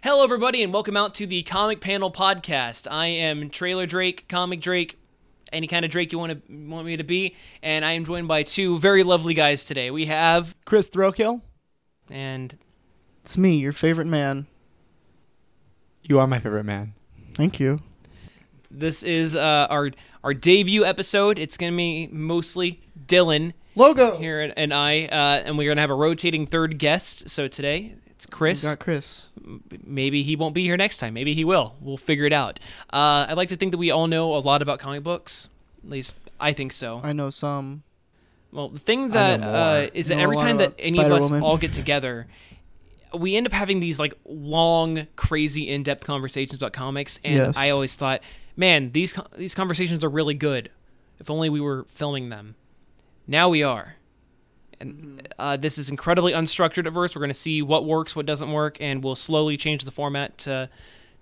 Hello, everybody, and welcome out to the Comic Panel Podcast. I am Trailer Drake, Comic Drake, any kind of Drake you want to want me to be, and I am joined by two very lovely guys today. We have Chris Throwkill, and It's me, your favorite man. you are my favorite man. Thank you. this is uh, our our debut episode. It's going to be mostly Dylan Logo. here and, and I, uh, and we're going to have a rotating third guest. So today it's Chris. Got Chris. maybe he won't be here next time. Maybe he will. We'll figure it out. Uh, I'd like to think that we all know a lot about comic books. At least I think so. I know some. Well, the thing I that know uh, more. is You that know a every lot time that about any of us Spider-Woman. all get together, we end up having these like long, crazy, in-depth conversations about comics, and Yes. I always thought, man, these co- these conversations are really good. If only we were filming them. Now we are, Mm-hmm. and uh, this is incredibly unstructured at first. We're going to see what works, what doesn't work, and we'll slowly change the format to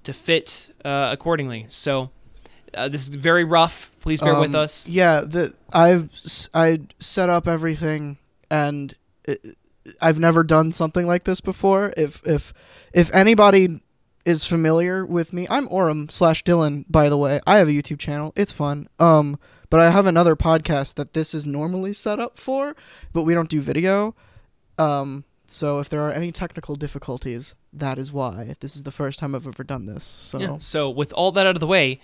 to fit uh, accordingly. So. Uh, this is very rough. Please bear with Um, us. Yeah, the, I've s- I set up everything, and it, I've never done something like this before. If if if anybody is familiar with me, I'm Orem slash Dylan. By the way, I have a YouTube channel. It's fun. Um, but I have another podcast that this is normally set up for, but we don't do video. Um, so if there are any technical difficulties, that is why. This is the first time I've ever done this. So Yeah. So with all that out of the way,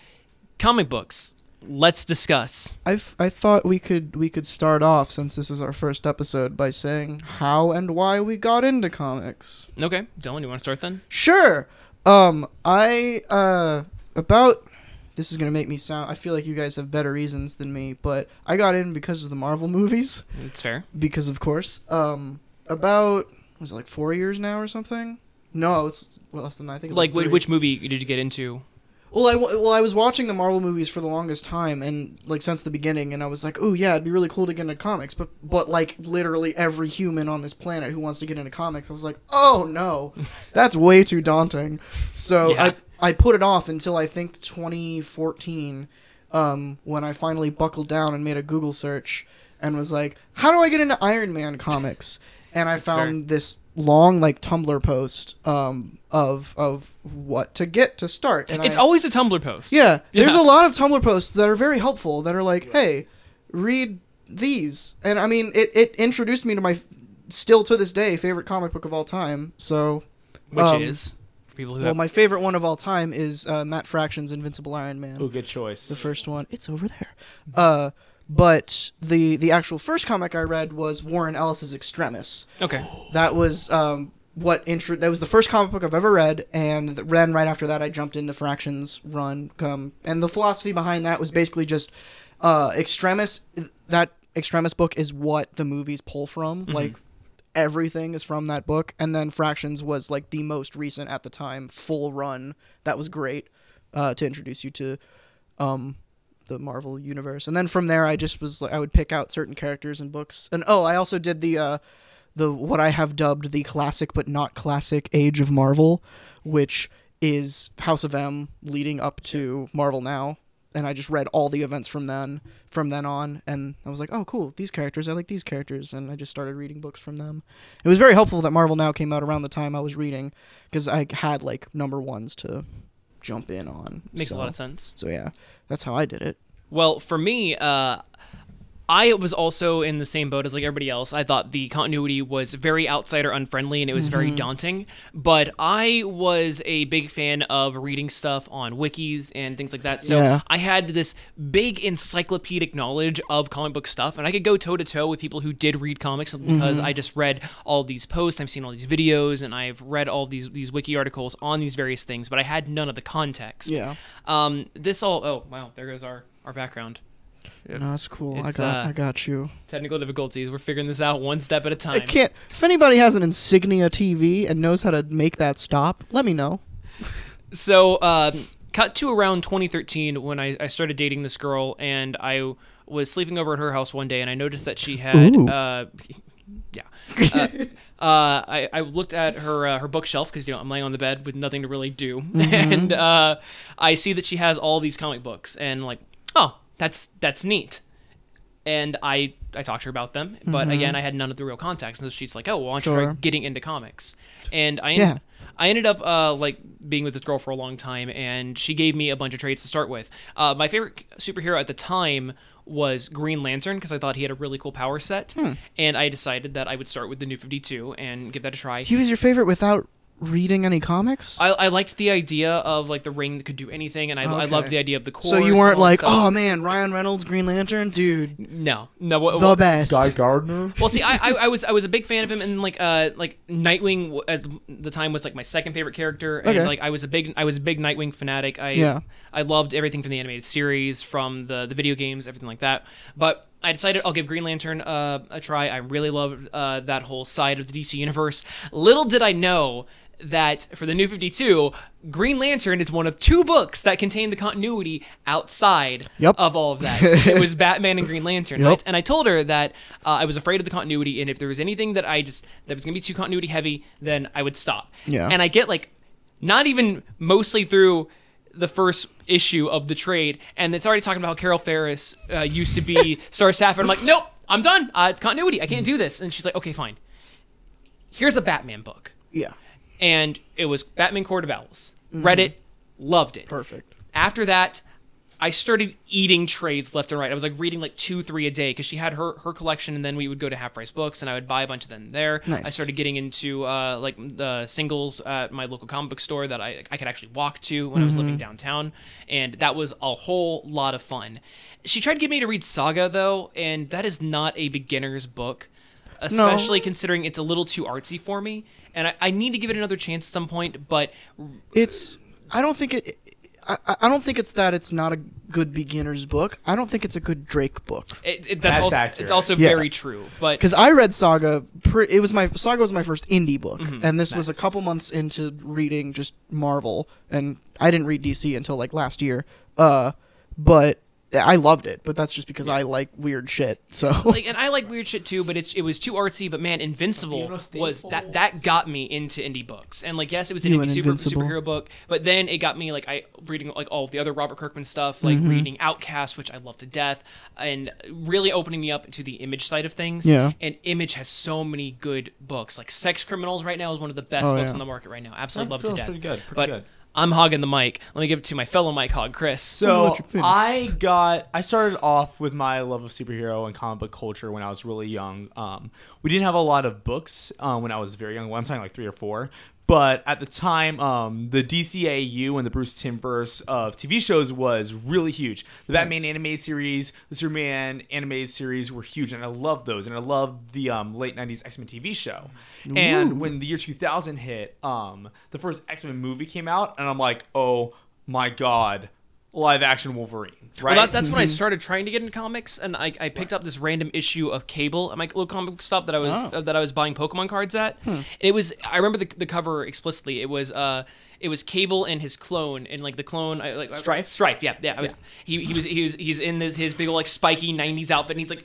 comic books. Let's discuss. I f- I thought we could we could start off since this is our first episode by saying how and why we got into comics. Okay, Dylan, you want to start then? Sure. Um I uh about this is going to make me sound I feel like you guys have better reasons than me, but I got in because of the Marvel movies It's fair. because of course. Um about was it like 4 years now or something? No, it's less than that. I think it's Like, three. wh- which movie did you get into? Well, I wa- well I was watching the Marvel movies for the longest time, and like since the beginning, and I was like, oh yeah, it'd be really cool to get into comics, but but like literally every human on this planet who wants to get into comics, I was like, oh no, that's way too daunting. So Yeah. I I put it off until I think 2014, um, when I finally buckled down and made a Google search and was like, how do I get into Iron Man comics? And I fair. found this long like Tumblr post um, of of what to get to start. And It's I- always a Tumblr post. yeah, there's Yeah. a lot of Tumblr posts that are very helpful that are like, hey, read these. And I mean, it, it introduced me to my, still to this day, favorite comic book of all time. So, which um, is for people who well, have. my favorite one of all time is uh, Matt Fraction's Invincible Iron Man Ooh, good choice. the first one. It's over there. Uh, but the the actual first comic I read was Warren Ellis's Extremis. okay, That was um, what intro. That was the first comic book I've ever read, and th- ran right after that. I jumped into Fractions Run, um, and the philosophy behind that was basically just uh, Extremis. That Extremis book is what the movies pull from, like. Everything is from that book, and then Fractions was like the most recent at the time full run. That was great uh, to introduce you to um the Marvel universe. And then from there I just was like I would pick out certain characters and books. And oh, I also did the uh the what I have dubbed the classic but not classic Age of Marvel, which is House of M leading up to Marvel Now. And I just read all the events from then from then on and I was like, "Oh, cool. These characters, I like these characters." And I just started reading books from them. It was very helpful that Marvel Now came out around the time I was reading cuz I had like number ones to jump in on. makes a So- lot of sense. so yeah, that's how I did it. Well, for me, uh, I was also in the same boat as like everybody else. I thought the continuity was very outsider unfriendly and it was very Mm-hmm. daunting. But I was a big fan of reading stuff on wikis and things like that. So Yeah. I had this big encyclopedic knowledge of comic book stuff, and I could go toe to toe with people who did read comics because Mm-hmm. I just read all these posts, I've seen all these videos, and I've read all these these wiki articles on these various things. But I had none of the context. Yeah. Um, this all. Oh wow, there goes our our background. No, that's cool. I It's, got uh, I got you. Technical difficulties. We're figuring this out one step at a I time. can't. If anybody has an Insignia TV and knows how to make that stop, let me know. So, um, cut to around 2013 when I, I started dating this girl, and I was sleeping over at her house one day, and I noticed that she had. Ooh. Uh, yeah. Uh, Uh, I, I looked at her uh, her bookshelf because you know I'm laying on the bed with nothing to really do, Mm-hmm. and uh, I see that she has all these comic books, and like, oh, that's that's neat. and I I talked to her about them, Mm-hmm. but again, I had none of the real contacts. And so she's like, "Oh, well, why don't you try Sure. getting into comics?" And I Yeah. I ended up uh, like being with this girl for a long time, and she gave me a bunch of traits to start with. Uh, my favorite superhero at the time was Green Lantern because I thought he had a really cool power set, Hmm. and I decided that I would start with the New Fifty Two and give that a try. He was your favorite without reading any comics. I, I liked the idea of like the ring that could do anything, and I, I Okay. loved the idea of the core. so you weren't like, oh man, Ryan Reynolds, Green Lantern, dude, no, no. What, the best. Guy Gardner. Well, see, I, I, I was I was a big fan of him, and like uh like Nightwing w- at the time was like my second favorite character, and Okay. like I was a big I was a big Nightwing fanatic. I Yeah. I loved everything from the animated series, from the the video games, everything like that. But I decided I'll give Green Lantern uh, a try. I really loved uh, that whole side of the DC universe. Little did I know that for the New Fifty Two, Green Lantern is one of two books that contain the continuity outside Yep. of all of that. it was Batman and Green Lantern. Yep. right? And I told her that uh, I was afraid of the continuity, and if there was anything that I just that was gonna be too continuity heavy, then I would stop. Yeah. And I get like, not even mostly through the first issue of the trade, and it's already talking about how Carol Ferris uh, used to be Star Sapphire. I'm like, nope, I'm done. Uh, it's continuity. I can't do this. And she's like, okay, fine. Here's a Batman book, yeah, and it was Batman Court of Owls. Read it, loved it perfect. after that i started eating trades left and right i was like reading like two three a day because she had her her collection and then we would go to half price books and i would buy a bunch of them there Nice. i started getting into uh, like the singles at my local comic book store that i, I could actually walk to when i was living downtown and that was a whole lot of fun she tried to get me to read saga though and that is not a beginner's book especially considering it's a little too artsy for me and I, I need to give it another chance at some point but It's. I don't think it. I, I- I don't think it's that it's not a good beginner's book. I don't think it's a good Drake book. It, it, that's, That's also, accurate. It's also Yeah. very true, but Because I read Saga, pre- it was my Saga was my first indie book, and this was a couple months into reading just Marvel, and I didn't read DC until like last year. Uh, but I loved it, but that's just because I like weird shit. So like, and I like weird shit too. But it's it was too artsy. But man, Invincible Fiona was that Staples. that got me into indie books. And like, yes, it was an You indie and super, Invincible. superhero book, but then it got me like I reading like all of the other Robert Kirkman stuff, Mm-hmm. like reading Outcast, which I love to death, and really opening me up to the Image side of things. Yeah. and Image has so many good books. Like Sex Criminals right now is one of the best Oh, books yeah. on the market right now. Absolutely Sex love it to death. Criminals pretty good, pretty but good. I'm hogging the mic. Let me give it to my fellow mic hog, Chris. I'll So let you finish. I got I started off with my love of superhero and comic book culture when I was really young. Um, we didn't have a lot of books uh, when I was very young. Well, I'm talking like three or four. But at the time, um, the DCAU and the Bruce Timverse of TV shows was really huge. The Batman anime series, the Superman animated series were huge, and I loved those. And I loved the um, late '90s X Men TV show. And when the year 2000 hit, um, the first X Men movie came out, and I'm like, oh my god, live action Wolverine, right? Well, that, that's when I started trying to get into comics, and I, I picked up this random issue of Cable at my local comic book stop that I was Oh. uh, that I was buying Pokemon cards at. It was I remember the, the cover explicitly. It was uh it was Cable and his clone, and like the clone I, like Strife? Strife, yeah, yeah. I was, He he was he was he's in this his big old like spiky '90s outfit, and he's like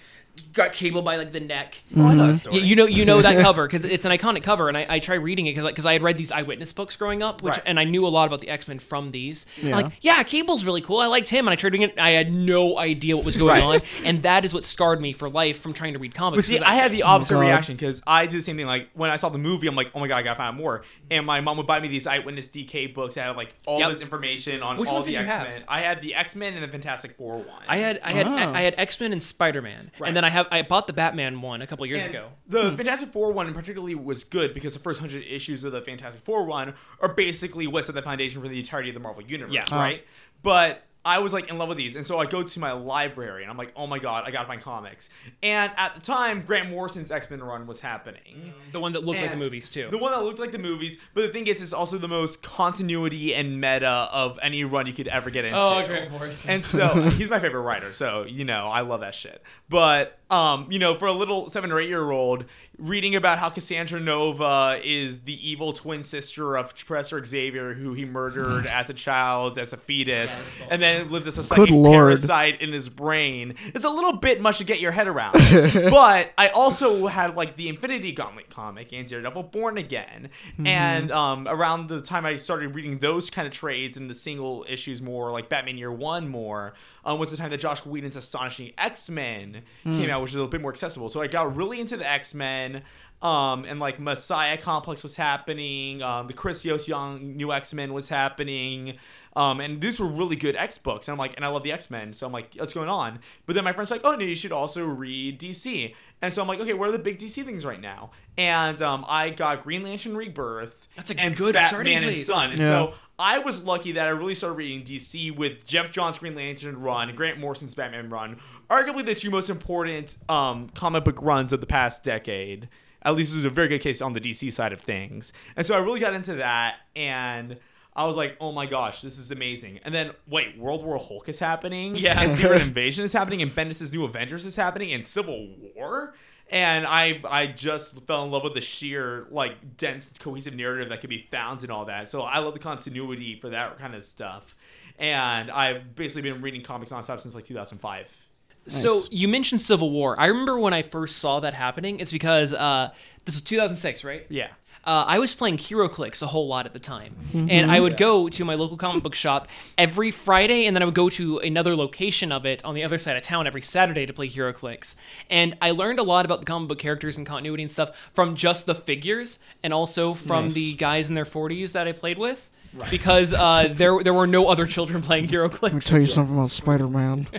got Cable by like the neck. I know that story. Yeah, you know, you know that cover because it's an iconic cover, and I, I try reading it because I had read these eyewitness books growing up, which Right. and I knew a lot about the X Men from these. I'm Yeah. like, yeah, Cable's really cool. I liked him, and I tried reading it. I had no idea what was going Right. on, and that is what scarred me for life from trying to read comics. But see, 'cause I had the opposite God. reaction because I did the same thing. Like when I saw the movie, I'm like, "Oh my god, I gotta find out more." And my mom would buy me these eyewitness DK books that had like all Yep. this information on Which all ones the did X you have? Men. I had the X Men and the Fantastic Four one. I had I had Ah. I had X Men and Spider Man, Right. and then I have I bought the Batman one a couple years And ago. Hmm. The Fantastic Four one, in particularly, was good because the first hundred issues of the Fantastic Four one are basically what set the foundation for the entirety of the Marvel universe, Yeah. Ah. right? But I was like in love with these, and so I go to my library and I'm like, "Oh my god, I gotta find comics." And at the time, Grant Morrison's X Men run was happening. The one that looked like the And movies too. The one that looked like the movies, but the thing is, it's also the most continuity and meta of any run you could ever get into. Oh, Grant Morrison. And so he's my favorite writer, so you know I love that shit. But um, you know, for a little seven or eight year old, reading about how Cassandra Nova is the evil twin sister of Professor Xavier, who he murdered as a child, as a fetus, and then lived as a psychic lord. parasite in his brain, is a little bit much to get your head around. but I also had like the Infinity Gauntlet comic and Daredevil Born Again, and um, around the time I started reading those kind of trades and the single issues more, like Batman Year One more, um, was the time that Josh Whedon's Astonishing X Men came out, which is a little bit more accessible. So I got really into the X Men X-Men. Um, and like Messiah Complex was happening, um, the Chris Yost Young New X Men was happening, um, and these were really good X books. And I'm like, and I love the X Men, so I'm like, what's going on? But then my friend's like, oh no, you should also read DC. And so I'm like, okay, what are the big DC things right now? And um, I got Green Lantern Rebirth. That's a and good starting Batman and place. Son. And Yeah. so I was lucky that I really started reading DC with Jeff Johns' Green Lantern run, Grant Morrison's Batman run, arguably the two most important um, comic book runs of the past decade. At least this is a very good case on the DC side of things. And so I really got into that, and I was like, oh my gosh, this is amazing. And then, wait, World War Hulk is happening? Yeah. And Secret Invasion is happening, and Bendis' New Avengers is happening, and Civil War? And I, I just fell in love with the sheer, like, dense, cohesive narrative that could be found in all that. So I love the continuity for that kind of stuff. And I've basically been reading comics nonstop since like 2005. So Nice. you mentioned Civil War. I remember when I first saw that happening. It's because uh, this was 2006, right? Yeah. uh, I was playing HeroClix a whole lot at the time, Mm-hmm. and I would go to my local comic book shop every Friday, and then I would go to another location of it on the other side of town every Saturday to play HeroClix. And I learned a lot about the comic book characters and continuity and stuff from just the figures, and also from Nice. the guys in their 40s that I played with, because uh, there there were no other children playing I'll tell HeroClix. you something about Spider Man.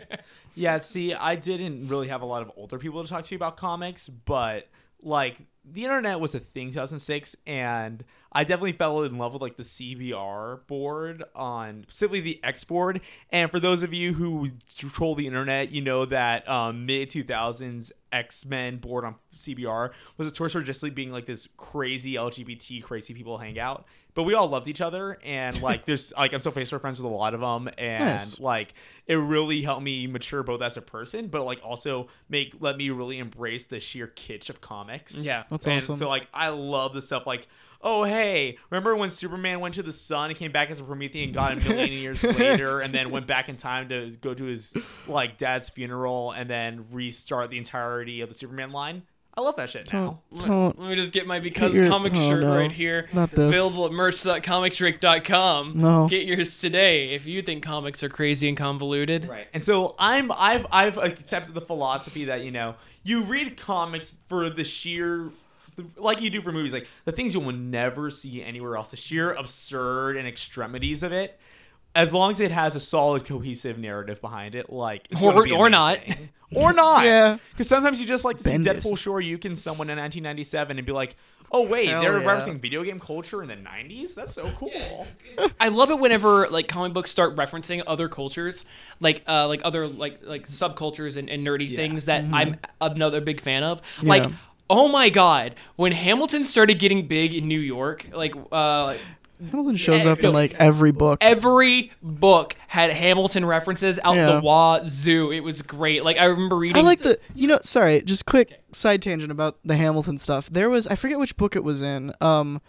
Yeah, see, I didn't really have a lot of older people to talk to about comics, but like the internet was a thing 2006 and I definitely fell in love with like the CBR board on specifically the X board. And for those of you who troll the internet, you know that um, mid 2000s X Men board on CBR was a torture just like being like this crazy LGBT crazy people hangout. But we all loved each other, and like there's like I'm still Facebook friends with a lot of them, and Nice. like it really helped me mature both as a person, but like also make let me really embrace the sheer kitsch of comics. Yeah. That's and awesome. So like I love the stuff like. Oh hey! Remember when Superman went to the sun and came back as a Promethean god a million years later, and then went back in time to go to his like dad's funeral and then restart the entirety of the Superman line? I love that shit now. Let me just get my because Get your- comic oh, shirt no. right here. Not this. Available at merch.comictrick.com. No. Get yours today if you think comics are crazy and convoluted. Right. And so I'm I've I've accepted the philosophy that, you know, you read comics for the sheer like you do for movies, like the things you will never see anywhere else, the sheer absurd and extremities of it. As long as it has a solid, cohesive narrative behind it, like it's Or- gonna be or not. amazing. or not, Yeah. Because sometimes you just like to see Bendis. Deadpool sure you can someone in 1997 and be like, oh wait, Hell they're yeah. referencing video game culture in the 90s. That's so cool. I love it whenever like comic books start referencing other cultures, like uh, like other like like subcultures and, and nerdy things that I'm another big fan of. Like, Mm-hmm. Yeah. oh my god, when Hamilton started getting big in New York, like uh, like, Hamilton shows up in like every book. every book had Hamilton references out Yeah. the wazoo. It was great. Like I remember reading. I like the you know sorry, just quick side tangent about the Hamilton stuff. There was I forget which book it was in, um,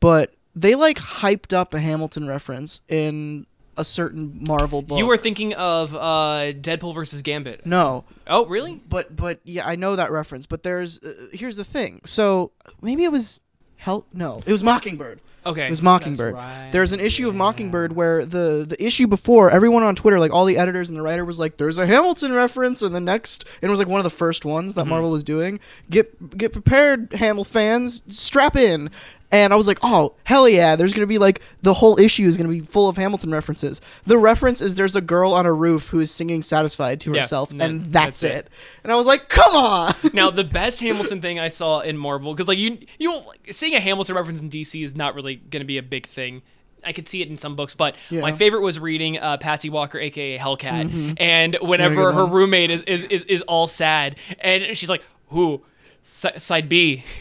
but they like hyped up a Hamilton reference in a certain Marvel book. you were thinking of uh, Deadpool versus Gambit. no, Oh really? but but yeah, I know that reference. But there's uh, here's the thing. So maybe it was hell. No, it was Mockingbird. Okay. It was Mockingbird. right, There's an issue of Mockingbird where the the issue before everyone on Twitter, like all the editors and the writer, was like, "There's a Hamilton reference," and the next, and it was like one of the first ones Mm-hmm. that Marvel was doing. Get get prepared, Hamill fans, strap in. And I was like, "Oh hell yeah!" There's gonna be like the whole issue is gonna be full of Hamilton references. The reference is there's a girl on a roof who is singing "Satisfied" to Yeah, herself, and then and that's, that's it. it. And I was like, "Come on!" now the best Hamilton thing I saw in Marvel because like you you don't- like, seeing a Hamilton reference in DC is not really going to be a big thing. I could see it in some books, but Yeah. Mm-hmm. my favorite was reading uh, Patsy Walker, aka Hellcat, and whenever good her one. roommate is, is is is all sad and she's like, "Who, si- side B."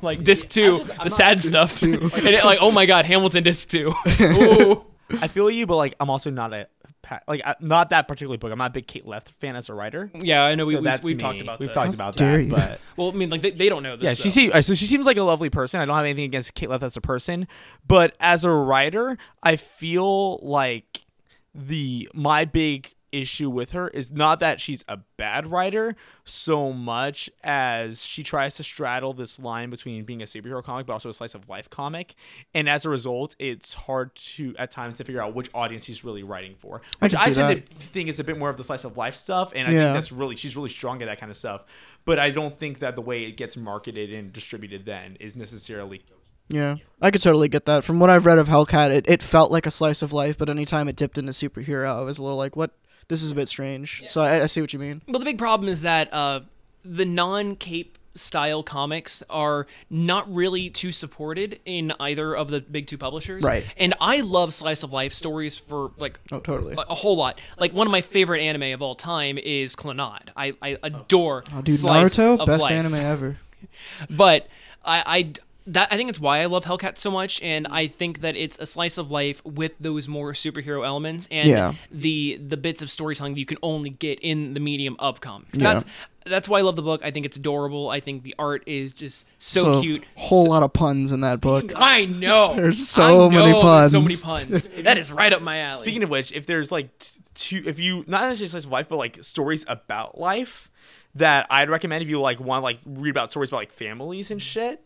like disc two, just- the I'm sad stuff, and it, like oh my god, Hamilton disc two. Ooh. I feel you, but like I'm also not a pa- like I, not that particular book. I'm not a big Kate Leth fan as a writer. Yeah, I know we, so we've, that's we've me. talked about we've this. talked about How dare that. you. But Well, I mean, like they, they don't know this. yeah, she though. seems so she seems like a lovely person. I don't have anything against Kate Leth as a person, but as a writer, I feel like the my big issue with her is not that she's a bad writer so much as she tries to straddle this line between being a superhero comic but also a slice of life comic, and as a result, it's hard to at times to figure out which audience she's really writing for. I Which can I, see tend to think is a bit more of the slice of life stuff, and I Yeah. think that's really she's really strong at that kind of stuff. But I don't think that the way it gets marketed and distributed then is necessarily Yeah, I could totally get that. From what I've read of Hellcat, it, it felt like a slice of life, but anytime it dipped into superhero, I was a little like, what? This is a bit strange. So I, I see what you mean. Well, the big problem is that uh, the non-cape style comics are not really too supported in either of the big two publishers. Right. And I love slice of life stories for like Oh, totally. a whole lot. Like one of my favorite anime of all time is Clannad. I, I adore Oh, dude, slice Naruto, of best life. anime ever. But I, I d- that I think it's why I love Hellcat so much, and I think that it's a slice of life with those more superhero elements and Yeah. the the bits of storytelling that you can only get in the medium of comics. Yeah. That's that's why I love the book. I think it's adorable. I think the art is just so, Oh, cute. Whole lot of puns in that book. I know. There's so I know many there's puns. So many puns. that is right up my alley. Speaking of which, if there's like t- two, if you not necessarily slice of life, but like stories about life that I'd recommend if you like want to like read about stories about like families and shit,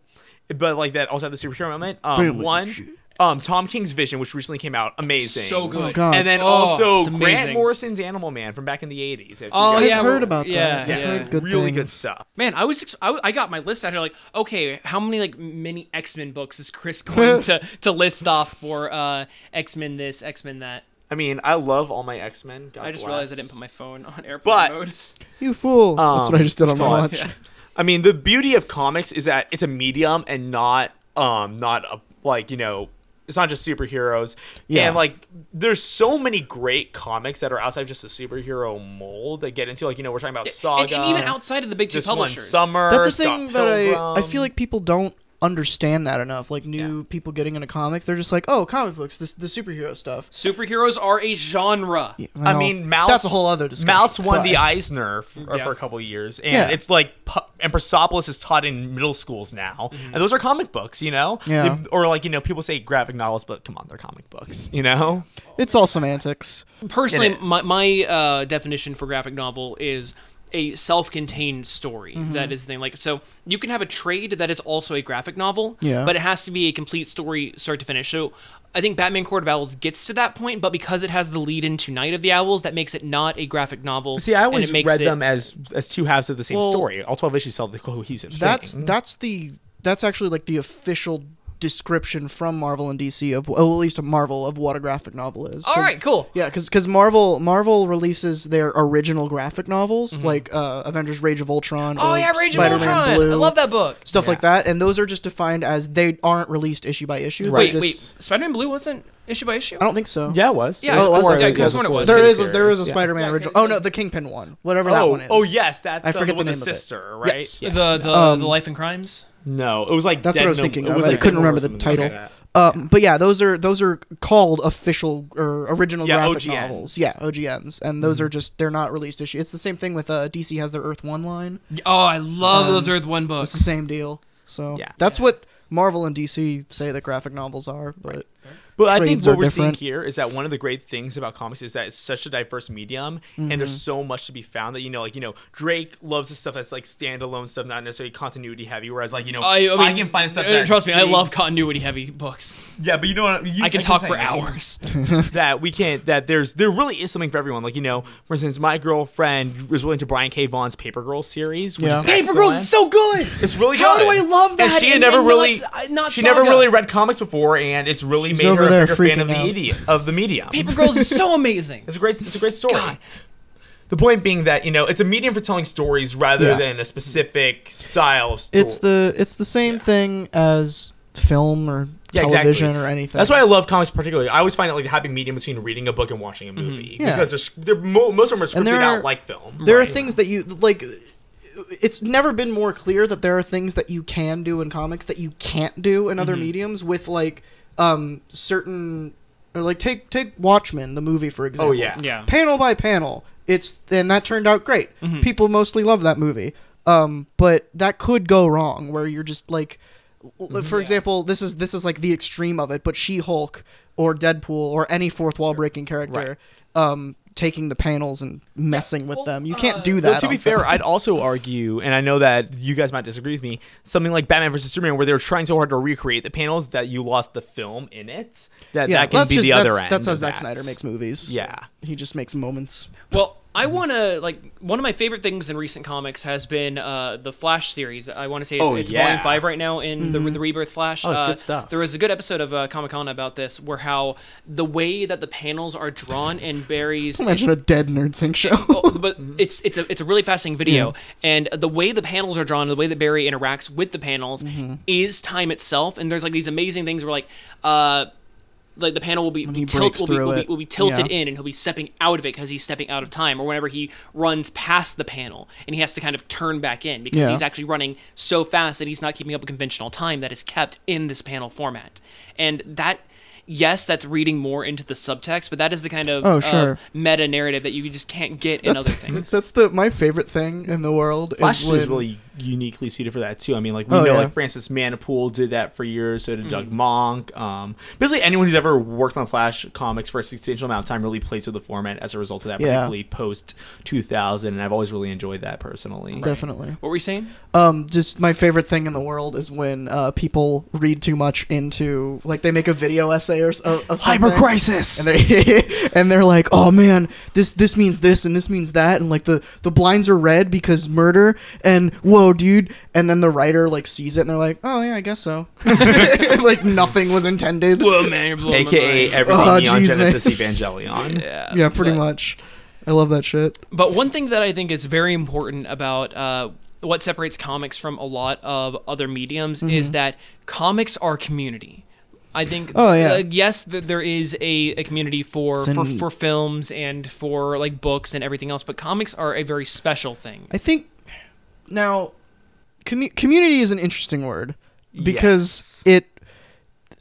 but like that also have the superhero element. Um, Families one, and shit. um, Tom King's Vision, which recently came out, amazing, so good. Oh, God. And then Oh, also it's Grant amazing. Morrison's Animal Man from back in the '80s. if you Oh, guys- yeah, I've well, heard about yeah, that. I've yeah, yeah. heard good really good things. stuff. Man, I was ex- I, I got my list out here like, okay, how many like mini X Men books is Chris going to to list off for uh, X Men this, X Men that? I mean, I love all my X Men. I just realized I didn't put my phone on airplane But- mode. You fool. That's Um, what I just did on my God. watch. Yeah. I mean, the beauty of comics is that it's a medium and not um not a like you know it's not just superheroes. Yeah. And like there's so many great comics that are outside of just the superhero mold that get into like you know we're talking about Saga and, and even outside of the big two this one publishers, Summer. That's the Scott thing that I, I Pilgrim. feel like people don't understand that enough. Like new people getting into comics, they're just like, oh, comic books, this the superhero stuff. superheroes are a genre. I mean, Mouse. That's a whole other discussion. Mouse won but- the Eisner f- uh, Yeah. for a couple of years, and Yeah. it's like P- and Persepolis is taught in middle schools now, and those are comic books, you know. Yeah. They- or like you know, people say graphic novels, but come on, they're comic books, you know. It's all semantics. Personally, It is. my my uh, definition for graphic novel is a self-contained story. Mm-hmm. That is the thing. Like, so you can have a trade that is also a graphic novel, Yeah. but it has to be a complete story, start to finish. So. I think Batman Court of Owls gets to that point, but because it has the lead into Night of the Owls, that makes it not a graphic novel. See, I and always it makes read it- them as as two halves of the same Well, story. All twelve issues tell the cohesive. That's mm-hmm. thing. that's the that's actually like the official description from Marvel and DC of well, at least Marvel of what a graphic novel is. 'Cause- All right, cool. Yeah, because Marvel Marvel releases their original graphic novels like uh, Avengers: Rage of Ultron. Mm-hmm. Oh or yeah, Rage of Spider-Man Ultron. Blue, I love that book. stuff like Yeah. that, and those are just defined as they aren't released issue by issue. Wait, Right. Just, wait. Spider-Man Blue wasn't issue by issue. I don't think so. yeah, it was. Yeah, It was oh, it was- four- okay, yeah, I could've was sworn it four was. There different is a, there is a series. Spider-Man Yeah, original. yeah, Oh no, yeah. the Kingpin one, whatever Yeah. that Oh, one is. oh yes, that's I the, forget the one with name of the it. sister, right? Yes. Yeah. The the, Um, the Life and Crimes. no, it was like That's Dead what I was Num- thinking it of. was I like couldn't Dead remember Numbers the or something title. like that. Um, but yeah, those are those are called official or original Yeah, graphic OGNs. novels. Yeah, OGNs, and those Mm-hmm. are just they're not released issue. It's the same thing with uh, DC has their Earth One line. Oh, I love Um, those Earth One It's books. the same deal. So Yeah. that's what Marvel and DC say that graphic novels are. But But I think Trades what are we're different. seeing here is that one of the great things about comics is that it's such a diverse medium, and Mm-hmm. there's so much to be found that you know, like you know, Drake loves the stuff that's like standalone stuff, not necessarily continuity heavy. Whereas like you know, Oh, I, I mean, can find stuff. uh, That Trust me, I love digs- continuity heavy books. Yeah, but you know what? You, I can talk say for that. hours. that we can't. That there's there really is something for everyone. Like you know, for instance, my girlfriend was really into Brian K. Vaughan's Paper Girl series. Which Yeah. is Paper Girls is excellent. so good. It's really good. How do I love that? And she had And- never and really, not- uh, not she never Saga. really read comics before, and it's really She's made over her there a bigger fan freaking of the out. media of the medium. Paper Girls is so amazing. It's a great. It's a great story. God. The point being that you know it's a medium for telling stories rather Yeah. than a specific style. of Story. it's the it's the same thing as film or Yeah, exactly. television or anything. That's why I love comics particularly. I always find it like the happy medium between reading a book and watching a movie Mm-hmm. Yeah. because there's, they're, mo- most of them are And scripted there are- out like film. there are Right. things that you like it's never been more clear that there are things that you can do in comics that you can't do in other Mm-hmm. mediums with like um certain or like take take Watchmen the movie for example. Oh, yeah. Yeah. Panel by panel. It's and that turned out great. Mm-hmm. People mostly love that movie. Um but that could go wrong where you're just like Mm-hmm. l- for example, this is this is like the extreme of it, but She-Hulk or Deadpool or any fourth wall breaking character um taking the panels and messing with Well, them. You can't uh, do that. well, to be on fair, film. I'd also argue, and I know that you guys might disagree with me, something like Batman vs Superman, where they were trying so hard to recreate the panels that you lost the film in it. That that can that's be just- the other that's, end. That's how of Zack that. Snyder makes movies. Yeah. he just makes moments. Well, I want to like one of my favorite things in recent comics has been uh, the Flash series. I want to say it's, Oh, it's yeah. volume five right now in the, the Rebirth Flash. Oh, it's Uh, good stuff. There was a good episode of uh, Comic Con about this, where how the way that the panels are drawn and buries. Imagine a dead nerd sync show. Oh, but it's it's a it's a really fascinating video, and the way the panels are drawn, the way that Barry interacts with the panels, Mm-hmm. is time itself. And there's like these amazing things where like, uh, like the panel will be, he be tilt breaks will be, through will, be, it. will be tilted Yeah. in, and he'll be stepping out of it because he's stepping out of time, or whenever he runs past the panel and he has to kind of turn back in because Yeah. he's actually running so fast that he's not keeping up with conventional time that is kept in this panel format, and that. Yes, that's reading more into the subtext, but that is the kind of, Oh, of sure. meta narrative that you just can't get in that's, other things. that's the my favorite thing in the world. Flash is when, is really uniquely suited for that too. I mean, like we Oh, know, yeah. like Francis Manipool did that for years. So did Doug Mm-hmm. Monk. Um, basically, anyone who's ever worked on Flash comics for a substantial amount of time really plays with the format as a result of that, Yeah. particularly post two thousand. And I've always really enjoyed that personally. definitely. What were you saying? Um, just my favorite thing in the world is when uh, people read too much into like they make a video essay or s- of, of something. Cyber crisis. And they and they're like, oh man, this this means this and this means that and like the the blinds are red because murder and whoa, dude. And then the writer like sees it and they're like, oh yeah, I guess so. like nothing was intended. Whoa, man, you're blowing AKA my mind. everything Oh, Neon jeez, man. Genesis Evangelion. yeah, Yeah, pretty but, much. I love that shit. But one thing that I think is very important about uh, what separates comics from a lot of other mediums is that comics are community. I think. Mm-hmm. Oh, yeah. uh, yes, th- there is a, a community for, It's for in- for films and for like books and everything else, but comics are a very special thing. I think now commu- community is an interesting word because it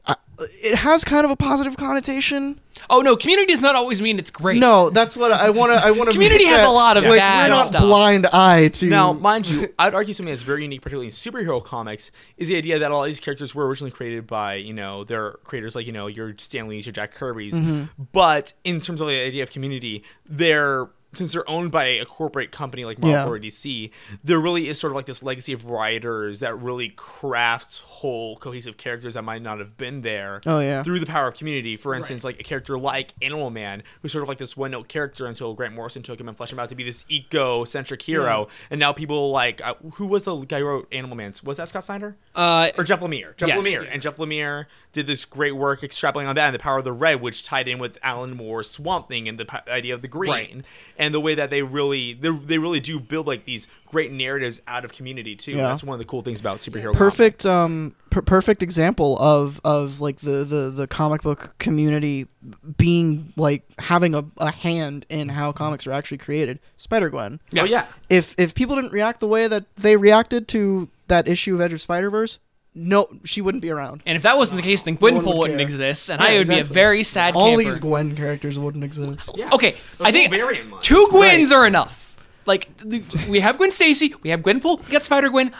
I- it has kind of a positive connotation. Oh no, community does not always mean it's great. No, that's what I want to. I want to. Community has a lot of like, bad we're not stuff. blind eye to. Now, mind you, I'd argue something that's very unique, particularly in superhero comics, is the idea that all these characters were originally created by, you know, their creators, like, you know, your Stan Lee's, your Jack Kirby's. Mm-hmm. But in terms of the idea of community, they're. Since they're owned by a corporate company like Marvel Yeah. or DC, there really is sort of like this legacy of writers that really crafts whole cohesive characters that might not have been there Oh, yeah. through the power of community. For instance, like a character like Animal Man, who's sort of like this one note character until Grant Morrison took him and fleshed him out to be this eco-centric hero. And now people like, uh, who was the guy who wrote Animal Man? Was that Scott Snyder? Uh, or Jeff Lemire. Jeff Yes. Lemire. And Jeff Lemire did this great work extrapolating on that and the power of the red, which tied in with Alan Moore's Swamp Thing and the p- idea of the green Right. and the way that they really they, they really do build like these great narratives out of community too. Yeah. That's one of the cool things about superhero. perfect comics. um per- perfect example of of like the, the the comic book community being like having a, a hand in how comics are actually created spider-gwen Oh yeah. if if people didn't react the way that they reacted to that issue of edge of spider-verse no she wouldn't be around And if that wasn't the case, then one Gwenpool would wouldn't care. exist, and Yeah, I would be a exactly. very sad all camper. these gwen characters wouldn't exist Yeah. Okay, I The think Wolverine line. two Gwens are enough. Like th- we have Gwen Stacy, we have Gwenpool, we got Spider Gwen.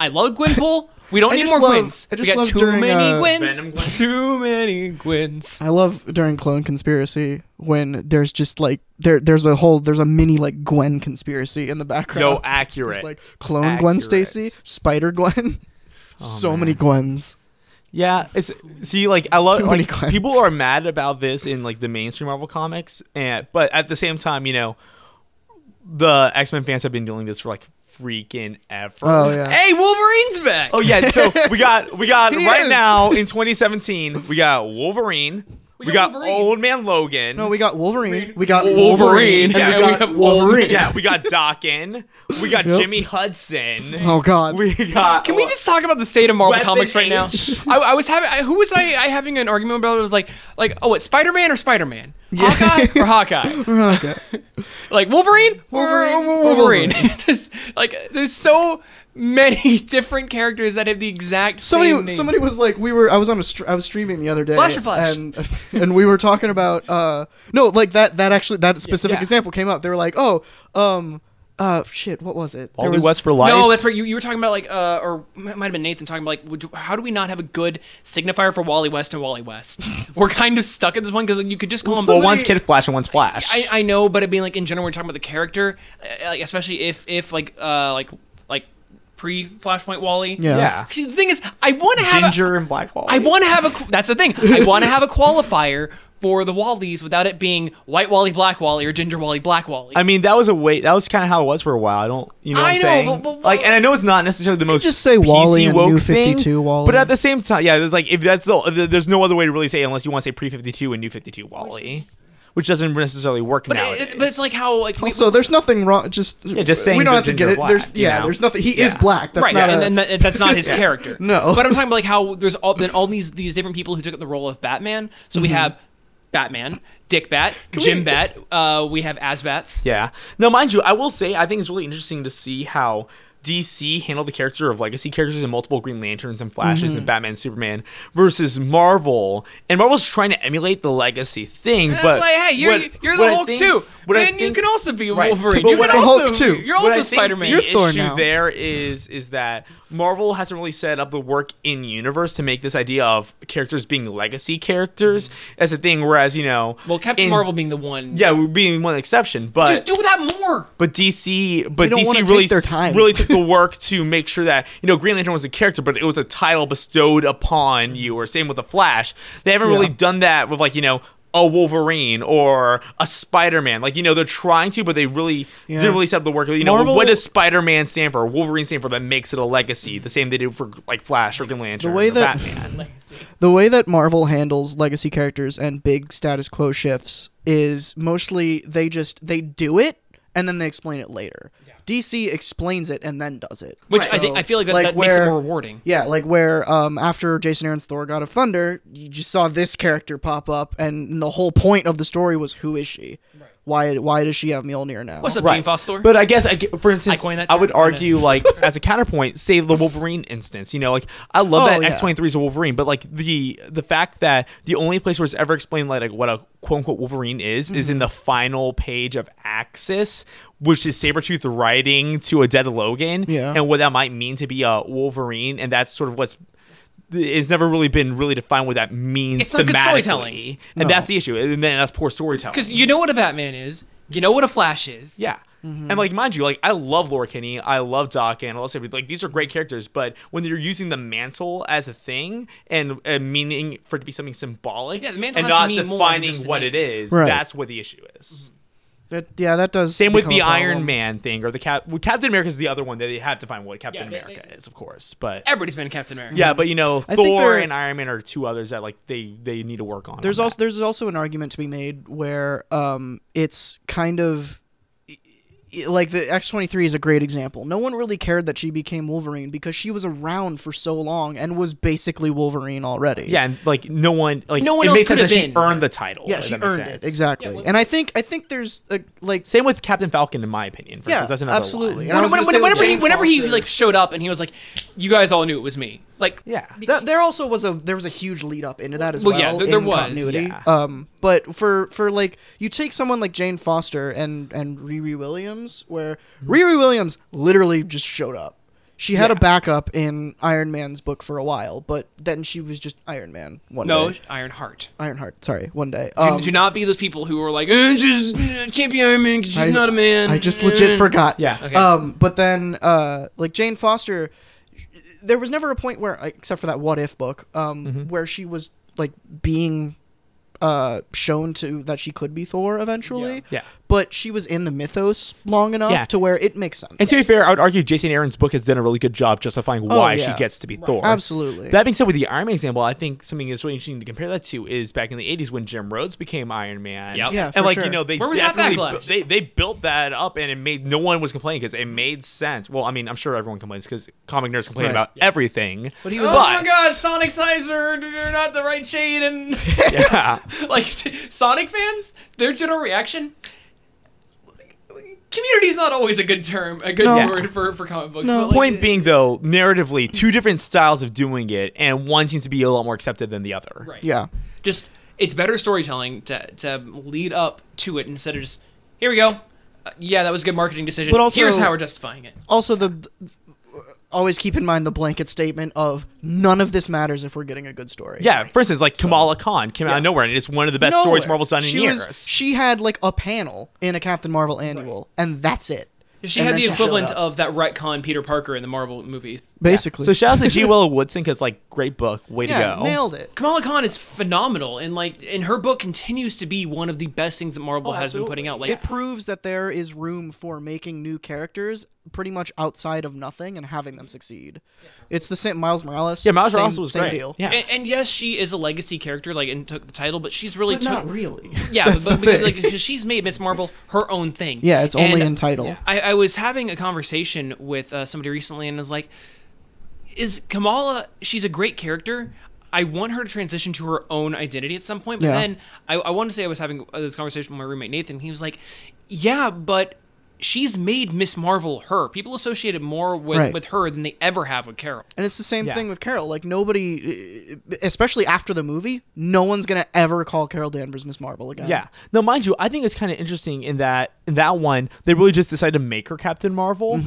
I love Gwenpool. We don't I need just more love- Gwens. I just we got love too during, many uh, Gwens. Venom Gwen. Too many Gwens. I love during Clone Conspiracy when there's just like there there's a whole there's a mini like Gwen conspiracy in the background. No, accurate. It's like clone Gwen Accurate. Oh, Stacy, Spider Gwen. so man. many Gwens. Yeah, it's see, like I love Too many like, Glens. people are mad about this in like the mainstream Marvel comics, and but at the same time, you know, the X Men fans have been doing this for like freaking ever. Oh yeah. Hey, Wolverine's back. Oh yeah, so we got we got He right is. now in 2017, we got Wolverine, we, got got, Wolverine. Old Man Logan. No, we got Wolverine. We got Wolverine. Wolverine. and Yeah, we we got have Wolverine. yeah, we got Dokken, we got Yep. Jimmy Hudson. Oh god. We got Can we just talk about the state of Marvel Weapon comics right now? H. I, I was having I, who was I, I having an argument about? It was like like oh, what Spider Man or Spider Man, Yeah. Hawkeye or Hawkeye, okay. like Wolverine, Wolverine, Wolverine, Wolverine. Just like there's so many different characters that have the exact same Somebody, name. somebody was like, we were. I was on a. Str- I was streaming the other day, Flash or Flash? and and we were talking about. uh No, like that. That actually, that specific Yeah. example came up. They were like, oh, um, uh, shit, what was it? All the West for life. No, that's right. You, you were talking about like, uh, or it might have been Nathan talking about like, would you- how do we not have a good signifier for Wally West and Wally West? we're kind of stuck at this point because you could just call them. well, both. one's Kid Flash and one's Flash. I, I know, but it being like in general, we're talking about the character, uh, like especially if if like uh like like pre Flashpoint Wally. Yeah. yeah. See, the thing is, I want to have a- Ginger and Black Wall. I want to have a. qu- That's the thing. I want to have a qualifier for the Wallies without it being White Wally, Black Wally, or Ginger Wally, Black Wally. I mean, that was a wait. That was kind of how it was for a while. I don't, you know, what I I'm know, saying? but- but- like, and I know it's not necessarily the most just say PC Wally and woke New thing, 52 Wally. but at the same time, yeah, there's like if that's the if there's no other way to really say it unless you want to say pre 52 and new 52 Wally, which doesn't necessarily work but, nowadays. it, it- but it's like how like we- Also, there's nothing wrong. Just just saying we don't the have to get ginger it. black, there's you yeah, know? there's nothing. He is Yeah. black. That's right, not and, a, and that, that's not his character. No. but I'm talking about like how there's all been all these these different people who took up the role of Batman. So Mm-hmm. we have Batman, Dick Bat, Jim Bat. Uh, we have Asbats. Yeah. Now, mind you, I will say I think it's really interesting to see how DC handled the character of legacy characters and multiple Green Lanterns and Flashes Mm-hmm. and Batman, and Superman versus Marvel, and Marvel's trying to emulate the legacy thing. And but it's like, hey, you're, what- you're the what I Hulk think- too. what I and you think- can also be Right. Wolverine. But you what can I- also, Hulk, too. You're What also I think Spider Man. The You're Thor issue now. there is is that Marvel hasn't really set up the work in universe to make this idea of characters being legacy characters as a thing. Whereas you know, Mm-hmm. Well, Captain in- Marvel being the one. yeah, we're being one exception, but Just do that more. but DC, but don't DC wanna really take their time. really took the work to make sure that you know Green Lantern was a character, but it was a title bestowed upon you. Or same with the Flash, they haven't really Yeah. done that with like you know a Wolverine or a Spider Man. Like you know they're trying to, but they really Yeah. didn't really set up the work. You know Marvel- what does Spider Man stand for? Wolverine stand for that makes it a legacy. The same they do for like Flash or Green Lantern way or that- Batman. the way that Marvel handles legacy characters and big status quo shifts is mostly they just they do it and then they explain it later. DC explains it and then does it, Which I think So, I feel like that, like that makes it where- more rewarding. Yeah, like where um, after Jason Aaron's Thor: God of Thunder, you just saw this character pop up, and the whole point of the story was who is she? Why why does she have Mjolnir now? What's up, Jane Foster? But I guess, I gu- for instance, coined I, that term. would I know. argue, like, as a counterpoint, say the Wolverine instance. You know, like, I love Oh, that yeah. X23 is a Wolverine, but, like, the the fact that the only place where it's ever explained, like, what a quote unquote Wolverine is, is Mm-hmm. in the final page of Axis, which is Sabretooth writing to a dead Logan, Yeah. and what that might mean to be a Wolverine. And that's sort of what's. It's never really been really defined what that means It's not good thematically. storytelling. and No. that's the issue. And then that's poor storytelling. Because you know what a Batman is. You know what a Flash is. Yeah. Mm-hmm. And like, mind you, like I love Laura Kinney, I love Doc, and I love Sabretooth. Like these are great characters, but when you're using the mantle as a thing and, and meaning for it to be something symbolic, Yeah, the mantle and has to not mean more than defining just Mm-hmm. a what name. it is, Right. that's what the issue is. That, yeah, that does. Same with become the a problem. Iron Man thing or the Cap. Well, Captain America is the other one that they have to find what Captain Yeah, they- America they- is, of course. But Everybody's been Captain America. yeah, but you know, I think Thor they're- and Iron Man are two others that like they they need to work on. There's on also there's also an argument to be made where um, it's kind of like the X23 is a great example. No one really cared that she became Wolverine because she was around for so long and was basically Wolverine already. that. yeah, and like no one like No one it else makes sense could've that she been. earned the title. Yeah, if she that makes earned sense. it. Exactly. well- and I think I think there's a like Same with Captain Falcon, in my opinion. For Yeah, instance. that's another absolutely. One. And I When- was when- gonna say whenever with he, Jane whenever he Foster- like showed up and he was like, "You guys all knew it was me." Like, Yeah. that there also was a there was a huge lead up into that as well. Well, yeah, there- there in was, continuity. yeah. Um, but for for like you take someone like Jane Foster and and Riri Williams, where Mm-hmm. Riri Williams literally just showed up. She had Yeah. a backup in Iron Man's book for a while, but then she was just Iron Man one no, day. Iron Heart. Ironheart, sorry, one day. Do, Um, do not be those people who are like, eh, just eh, can't be Iron Man 'cause she's I- not a man. I just Eh. legit forgot. Yeah. Okay. Um, but then, uh, like Jane Foster, there was never a point where, except for that What If book, um, Mm-hmm. where she was like being uh, shown to that she could be Thor eventually. Yeah. Yeah. But she was in the mythos long enough Yeah. to where it makes sense. And to be fair, I would argue Jason Aaron's book has done a really good job justifying Oh, why yeah. she gets to be Thor. Absolutely. That being said, with the Iron Man example, I think something that's really interesting to compare that to is back in the '80s when Jim Rhodes became Iron Man. Yep. Yeah, and for like you sure. know they Where was that definitely backlash? they they built that up and it made no one was complaining because it made sense. Well, I mean, I'm sure everyone complains because comic nerds complain Right. about everything. But he Oh was- my God, Sonic Sizer are not the right shade, and yeah. like Sonic fans, their general reaction. Community's not always a good term, a good No. word for, for comic books. No. But like, Point being, though, narratively, two different styles of doing it, and one seems to be a lot more accepted than the other. right. yeah. just it's better storytelling to to lead up to it instead of just here we go. Uh, yeah, that was a good marketing decision. But also- here's how we're justifying it. Also, the always keep in mind the blanket statement of none of this matters if we're getting a good story. Yeah, for instance, like Kamala Khan came out Yeah. of nowhere, and it's one of the best stories Nowhere. Marvel's done in she years. Was, she had like a panel in a Captain Marvel annual, and that's it. She And had then the showed equivalent up. of that retcon Peter Parker in the Marvel movies. basically. So shout out to G. Willow Woodson because like great book, way yeah, to go. nailed it. Kamala Khan is phenomenal, and like, and her book continues to be one of the best things that Marvel Oh, has been absolutely. putting out. Like, It proves that there is room for making new characters pretty much outside of nothing and having them succeed. It's the same Miles Morales. Yeah, Miles same, Ross was same great. deal. Yeah, and, and yes, she is a legacy character, like, and took the title, but she's really But took- not really. Yeah, That's but, but the thing. like, 'cause she's made Miss Marvel her own thing. yeah, it's only And in title. I, I was having a conversation with uh, somebody recently, and was like, "Is Kamala? She's a great character. I want her to transition to her own identity at some point." But Yeah. then I, I want to say I was having uh, this conversation with my roommate Nathan. He was like, "Yeah, but." She's made Miss Marvel her. People associated more with, Right. with her than they ever have with Carol. And it's the same Yeah. thing with Carol. Like nobody, especially after the movie, no one's gonna ever call Carol Danvers Miss Marvel again. yeah. Now, mind you, I think it's kind of interesting in that in that one they really just decided to make her Captain Marvel.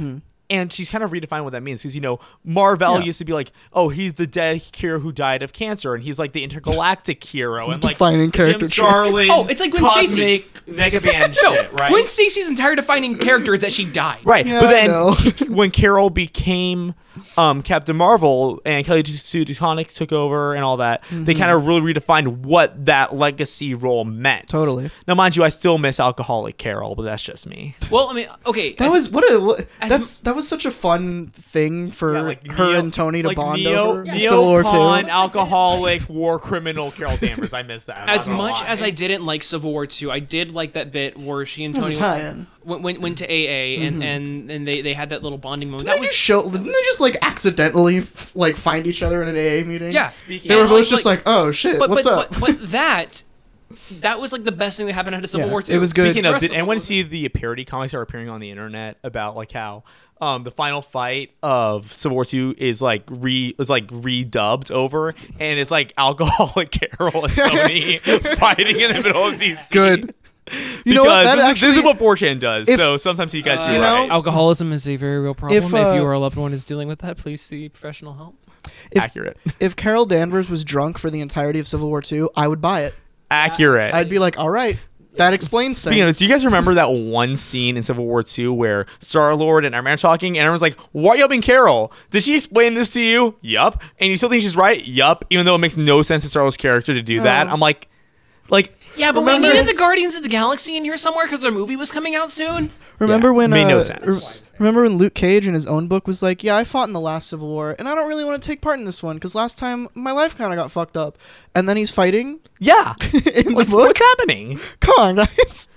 And she's kind of redefined what that means because you know Marvel Mm-hmm. Yeah. used to be like, oh, he's the dead hero who died of cancer, and he's like the intergalactic hero, and like defining character Jim trait. Starlin. Oh, it's like Gwen Stacy. cosmic Megaband No, shit, right? Gwen Stacy's entire defining character is that she died. Right, Yeah, but I know. then when Carol became um, Captain Marvel and Kelly Sue DeConnick took over and all that, Mm-hmm. they kind of really redefined what that legacy role meant. Totally. Now, mind you, I still miss alcoholic Carol, but that's just me. Well, I mean, okay. That as- was what a what- as that's that was such a fun thing for Yeah, like her neo- and Tony to like bond neo, over. in neo Civil War con Two. alcoholic war criminal Carol Danvers. I miss that. I'm as not gonna much lie. as I didn't like Civil War Two, I did like that bit where she and It was a Tony tie-in. went, went went to AA and and, and they, they had that little bonding moment. Didn't That they was just show? Didn't they just like accidentally f- like find each other in an AA meeting? Yeah. Speaking they of- were both like- just like- like, "Oh shit, but, what's but, up?" But, but that that was like the best thing that happened out of Civil Yeah, War Two. it was good. Speaking of, Rest did of anyone them. see the parody comics that are appearing on the internet about like how um, the final fight of Civil War Two is like re is like redubbed over, and it's like alcoholic Carol and Tony fighting in the middle of DC. Good. You know what? Because That this, is- actually, this is what Borchan does. if- so sometimes you guys, Uh, do you know, right. Alcoholism is a very real problem. If, uh, or a loved one is dealing with that, please see professional help. if- accurate, if Carol Danvers was drunk for the entirety of Civil War Two, I would buy it. accurate. I'd be like, "All right, that explains things." Speaking of, do you guys remember that one scene in Civil War Two where Star Lord and Iron Man are talking, and everyone's like, "Why are you helping Carol? Did she explain this to you? Yup. And you still think she's right? Yup. Even though it makes no sense to Star Lord's character to do that. I'm like, like, Yeah, but Remember we needed this- the Guardians of the Galaxy in here somewhere because their movie was coming out soon. Remember Yeah, when made uh, no sense. re- remember when Luke Cage in his own book was like, "Yeah, I fought in the last Civil War, and I don't really want to take part in this one because last time my life kind of got fucked up." And then he's fighting yeah, in like, the book. what's happening? Come on, guys.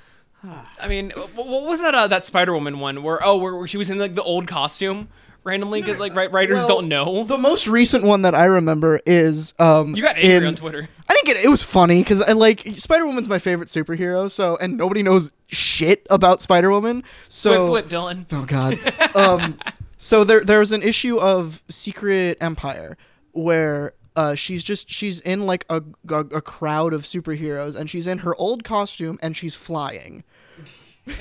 I mean, wh- wh- what was that uh, that Spider Woman one where oh where, where she was in like the old costume randomly because like ri- writers Well, don't know. The most recent one that I remember is um. you got angry in- on Twitter. I didn't get it. It was funny because I like Spider Woman's my favorite superhero. So and nobody knows shit about Spider Woman. So Flip, flip, Dylan. Oh God. um, so there there was an issue of Secret Empire where uh, she's just she's in like a, a a crowd of superheroes and she's in her old costume and she's flying. no,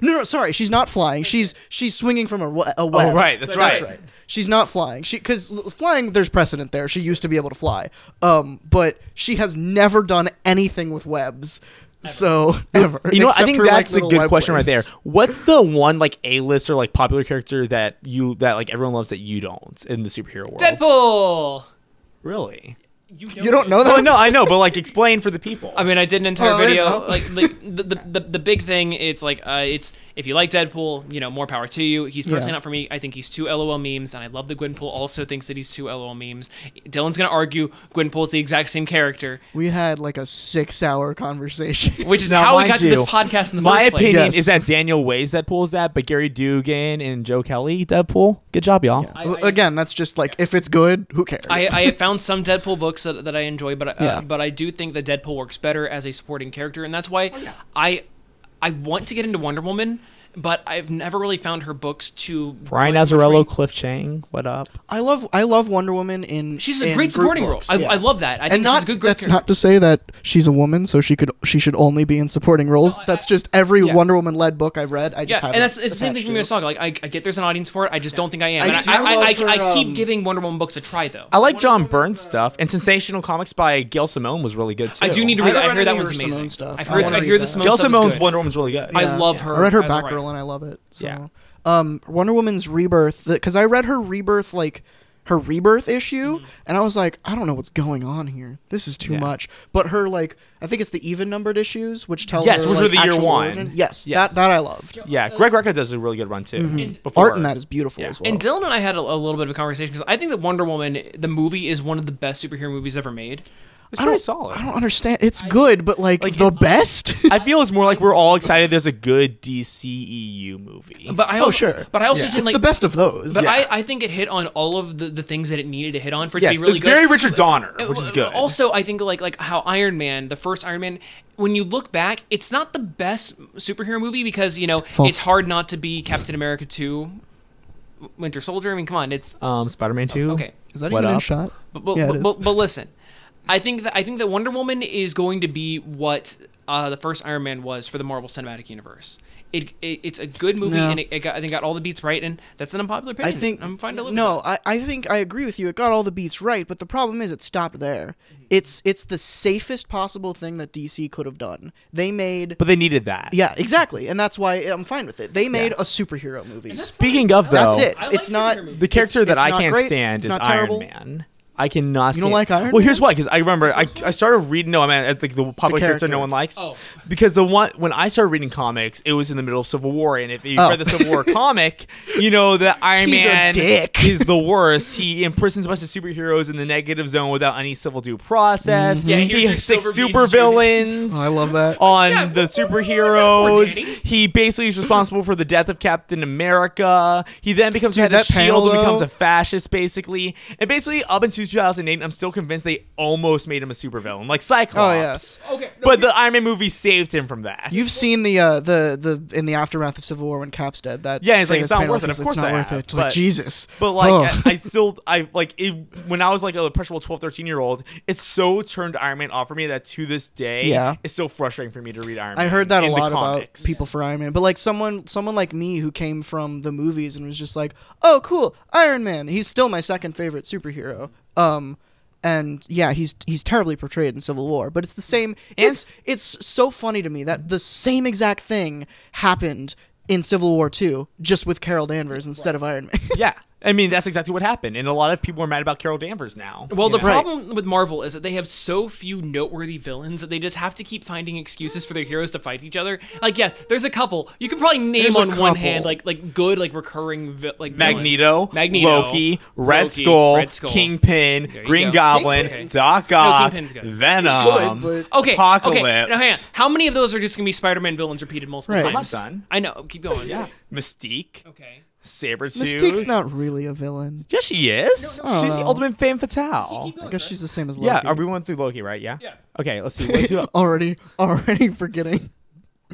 no, sorry, she's not flying. She's she's swinging from a, we- a web. Oh, right, that's That's right. right. She's not flying. She because flying, there's precedent there. She used to be able to fly, um, but she has never done anything with webs. So ever. You know, what? I except think for, like, that's little a good web question right there. wings. What's the one like A-list or like popular character that you that like everyone loves that you don't in the superhero world? Deadpool. Really? You, You don't know that? Oh no, I know, but like, explain for the people. I mean, I did an entire Oh, I didn't video. know. Like, like the, the, the the big thing, it's like, uh, it's if you like Deadpool, you know, more power to you. He's personally Yeah. not for me. I think he's two LOL memes, and I love that Gwenpool also thinks that he's two LOL memes. Dylan's gonna argue Gwenpool's the exact same character, We had like a six-hour conversation. which is Now, how we mind got to this you, podcast in the My first opinion Yes. is that Daniel Ways that pulls that, but Gary Dugan and Joe Kelly Deadpool. Good job, y'all. I- W- I- Again, that's just like if it's good, who cares? place. I, I have found some Deadpool books that, that I enjoy, but uh, Yeah. but I do think that Oh, Deadpool works better as a supporting character, and that's why I I want to get into Wonder Woman. but I've never really found her books to Brian much Azzarello, range. Cliff Chang, what up? I love I love Wonder Woman in She's a in great group supporting role. books, I, yeah. I love that. I and think not she's a good. that's character. not to say that she's a woman, so she could she should only be in supporting roles. No, I- that's just every yeah. Wonder Woman led book I've read. I Yeah, just haven't. and that's it's the same thing attached for Miyazaki. to. Like I, I get there's an audience for it. I just don't think I am. I And I, do I, I, love I her, keep um, giving Wonder Woman books a try though. I like Wonder John Woman's, Byrne's uh, stuff, and Sensational Comics by Gail Simone was really good too. I do need to I read. I, haven't read hear that any of one's her amazing. Simone stuff. I've I heard. wanna I read hear the that. Simone Gail stuff is Simone's good. Wonder Woman's really good. I love her I read as her a writer. Batgirl and I love it. So. Yeah. Um, Wonder Woman's rebirth because I read her rebirth like her rebirth issue, Mm-hmm. and I was like, I don't know what's going on here. This is too Yeah. much. But her like, I think it's the even numbered issues which tell Yes, her, which like, are the year actual one. origin. Yes, Yes. that that I loved. Yeah, Greg Rucka does a really good run too. Before. Art in that is beautiful Yeah. as well. And Dylan and I had a, a little bit of a conversation because I think that Wonder Woman, the movie, is one of the best superhero movies ever made. it's I pretty don't, solid. I don't understand. It's good, but like, the best. I feel it's more like we're all excited there's a good DCEU movie. But I Oh, also, sure. But I also Yeah. just it's like the best of those. But Yeah. I, I think it hit on all of the, the things that it needed to hit on for it yes, to be really it's good. very Richard Donner, which is Uh, good. Also, I think like like how Iron Man, the first Iron Man, when you look back, it's not the best superhero movie because you know False. it's hard not to be Captain America two, Winter Soldier. I mean, come on, it's um, Spider-Man 2. okay. is that What even in up? shot? But but, Yeah, it but, is. but, listen, I think that I think that Wonder Woman is going to be what uh, the first Iron Man was for the Marvel Cinematic Universe. It, it it's a good movie No. and it, it got I think got all the beats right and that's an unpopular I opinion. think I'm fine to live with No, I, I think I agree with you. It got all the beats right, but the problem is it stopped there. Mm-hmm. It's it's the safest possible thing that DC could have done. They made But they needed that. yeah exactly, and that's why I'm fine with it. They made a superhero movie. that- Speaking of though, That's it. I like it's not superhero movies. The character it's- that it's I not can't great, stand it's is not Iron terrible. Man. I cannot. You don't stand- like Iron Well, here's Man? why. Because I remember I, I started reading. No, I mean I think the popular character character. no one likes. Oh. Because the one when I started reading comics, it was in the middle of Civil War, and if you Oh. read the Civil War comic, you know that Iron He's a Man dick. is the worst. He imprisons a bunch of superheroes in the negative zone without any civil due process. Yeah, here's he your has silver six bees, super villains Mm-hmm. Oh, I love that. on Yeah, the what- what- what was superheroes. that for, Danny? He basically is responsible for the death of Captain America. He then becomes head of that panel, Shield E and becomes though- a fascist, basically. And basically, up until 2008, I'm still convinced they almost made him a supervillain, like Cyclops. yeah. Okay, no, but here- the Iron Man movie saved him from that. Oh, You've seen the uh, the the in the aftermath of Civil War when Cap's dead. That Yeah, it's like, famous it's not panel worth it. piece, Of course it's not I worth have, it. It's like, but- Jesus. But like Ugh. I, I still I like it, when I was like a impressionable 12, 13 year old, it so turned Iron Man off for me that to this day, Yeah. it's so frustrating for me to read Iron Man. I heard that a in the lot about comics. people for Iron Man, but like someone, someone like me who came from the movies and was just like, "Oh, cool, Iron Man." He's still my second favorite superhero. Um, and yeah, he's he's terribly portrayed in Civil War, but it's the same. It's it's so funny to me that the same exact thing happened in Civil War Two, just with Carol Danvers instead of Iron Man. yeah. I mean, that's exactly what happened. And a lot of people are mad about Carol Danvers now. Well, you the know? Right. problem with Marvel is that they have so few noteworthy villains that they just have to keep finding excuses for their heroes to fight each other. Like, yeah, there's a couple. You could probably name There's a on one couple. hand, like like good, like recurring, vi- like villains. Magneto, Magneto, Loki, Red, Loki, Skull, Red Skull. Kingpin, There you Green go. Goblin, Kingpin. Doc No, Ock, Kingpin's good. He's Venom, good, but- Okay, Apocalypse. okay. Now, hang on. How many of those are just gonna be Spider-Man villains repeated multiple Right. times? I'm not done. I know. Keep going. Yeah, Mystique, Okay. Sabretooth. Mystique's not really a villain. Yeah, she is. No, no, she's no. the ultimate femme fatale. Keep going, I guess Chris. she's the same as Loki. Yeah, are we going through Loki, right? Yeah. Yeah. Okay, let's see. Let's do I already already forgetting?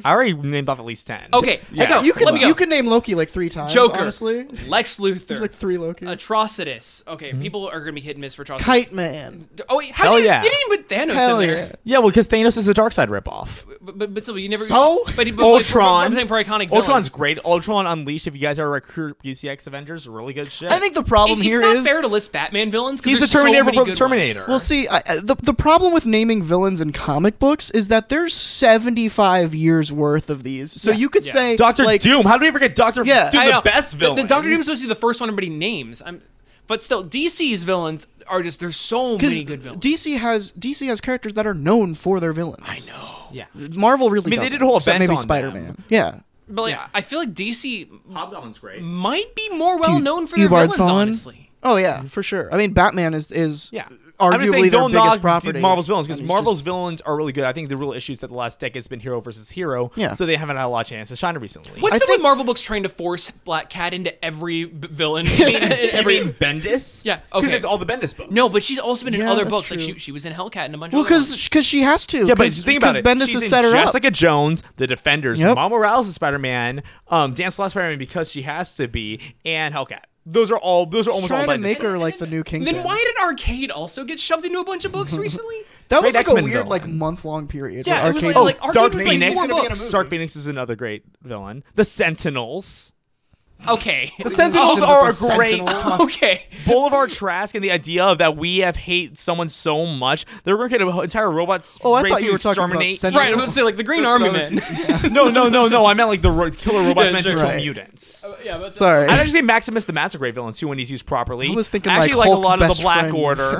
already named off at least ten. Okay, Yeah. so you could let me go. you could name Loki like three times. Joker, honestly, Lex Luthor, there's like three Loki. Atrocitus. Okay, people are gonna be hit and miss for Atrocitus. Kite Man. Oh wait, how Hell did you, yeah. you didn't even put Thanos Hell in there? yeah. Yeah, well, because Thanos is a dark side ripoff. But but, but still, you never. So? but, but, but Ultron. I'm saying for iconic. Ultron's villains. great. Ultron Unleashed. If you guys ever recruit UCX Avengers, really good shit. I think the problem It- here it's not is fair to list Batman villains. 'cause He's the there's so Terminator many before the good Terminator. ones. well, see, I, I- the the problem with naming villains in comic books is that there's 75 years worth of these. So you could Yeah. say Doctor like, Doom. How do we forget Doctor Yeah. Doom? I know. The best villain. The, Doctor Doom's supposed to be the first one everybody names. I'm, but still, DC's villains are just there's so Because many good villains. DC has DC has characters that are known for their villains. I know. Yeah. Marvel really. I mean, they doesn't, did a whole except event maybe on Spider-Man. them. Yeah. but like, I feel like DC Hobgoblin's great. might be more well known for their Dude, Ebard villains, Thawne? honestly. Oh yeah, for sure. I mean, Batman is is Mm-hmm. Yeah. Uh, arguably I'm just saying, their don't biggest knock property. Marvel's villains because And it's Marvel's just- villains are really good. I think the real issue is that the last decade's been hero versus hero. Yeah. So they haven't had a lot of chance to shine recently. What's I been think- with Marvel books trying to force Black Cat into every b- villain? every Bendis? Yeah, Because okay. it's all the Bendis books. no, but she's also been in Yeah, other that's books. Like true. she, she was in Hellcat and a bunch Well, of. other ones. because because she has to. Yeah, but cause, think about it. Because Bendis She's has in set her up. Jessica Jones, The Defenders, Yep. Mom Morales is Spider Man, um, Dance Last Spider Man because she has to be, and Hellcat. Those are all. Those are almost trying all to Bendis. make her like the new Kingpin. Then why did Arcade also get shoved into a bunch of books recently? That Great was like X-Men a weird villain. like month long period. Yeah, where it was Arcade- Oh, Like, Arcade Dark was, like, Phoenix. four Dark books. Dark Phoenix is another great villain. The Sentinels. Okay. The Sentinels should have are a put the great. Oh, Sentinels. okay. Boulevard Trask and the idea of that we have hate someone so much they're going to get an entire robot s- Oh, I race thought to you were talking about exterminate. Sentinel. Right, I'm gonna say like the Green Those Army fellas- Men. no, no, no, no. I meant like the ro- killer robots Yeah, meant to sure. kill Right. mutants. yeah, but Sorry. I'd actually say Maximus the Matt's a great villain too when he's used properly. I was thinking, I actually like, like Hulk's a lot of best the Black friend. Order.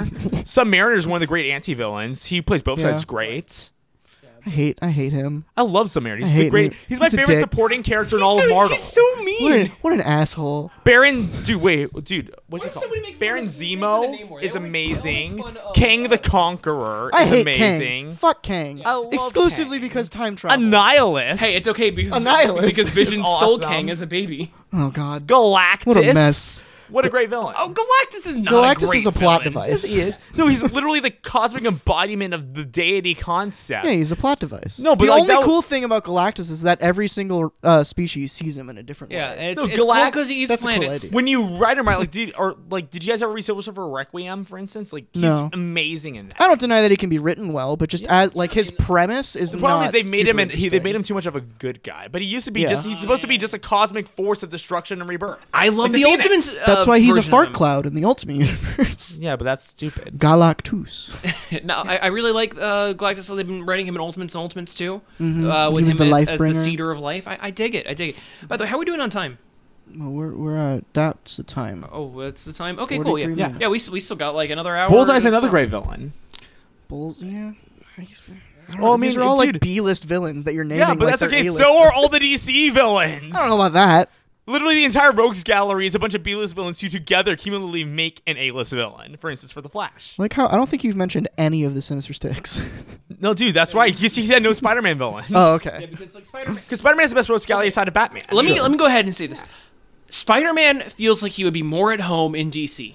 Submariner is one of the great anti-villains. He plays both Yeah. sides great. I hate I hate him. I love Submariner. He's I the hate great. him. He's my He's a favorite dick. supporting character in all of Marvel. He's so What mean. an, what an asshole. Baron, dude, wait, dude, what's Why does he called? somebody make fun Baron of- make fun of Namor? Zemo They is all make- they all make amazing. fun of, King the uh, Conqueror I is hate Kang. amazing. Fuck Kang. I love Exclusively Kang. because time travel. Annihilus. Hey, it's okay because Annihilus. because Vision It's stole awesome. Kang as a baby. oh god. Galactus. What a mess. What a great villain. Oh, Galactus is not. a Galactus great is a villain. plot device. He is. No, he's literally the cosmic embodiment of the deity concept. Yeah, he's a plot device. No, but the like only that- cool thing about Galactus is that every single uh, species sees him in a different Yeah, way. and it's, No, it's cool Galact- because he eats that's a cool planets. idea. when you write him right, like, did, or like, did you guys ever read Silver Surfer Requiem, for instance? Like, he's No. amazing in that. I don't deny that he can be written well, but just as like his premise is The problem not is they've made super him, and he, they interesting. made him too much of a good guy. But he used to be Yeah. just—he's supposed to be just a cosmic force of destruction and rebirth. I love Like the, the Ultimate. Phoenix. uh, That's why he's a version of fart him. cloud in the Ultimate Universe. Yeah, but that's stupid. Galactus. No, I, I really like uh, Galactus. how They've been writing him in Ultimates and Ultimates too. Uh, with Mm-hmm. He was him the as, life as the bringer. cedar of life. I, I dig it. I dig it. By the way, how are we doing on time? Well, we're we're uh, that's the time. Oh, that's the time. Okay, cool. Yeah, 43 yeah. minutes. yeah we, s- we still got like another hour. Bullseye's and another some- great villain. Bulls, yeah. He's- I don't Well, know, I mean, these are all like dude- B-list villains that you're naming. Yeah, but like, that's they're okay. A-list So are all the DC villains. I don't know about that. Literally, the entire Rogues Gallery is a bunch of B-list villains who together cumulatively make an A-list villain. For instance, for the Flash. Like how I don't think you've mentioned any of the Sinister Sticks. No, dude, that's right. He he said no Spider-Man villain. oh, Yeah, okay. because like Spider-Man. Because Spider-Man is the best Rogues Gallery aside of Batman. Let me let me go ahead and say this. Spider-Man feels like he would be more at home in DC.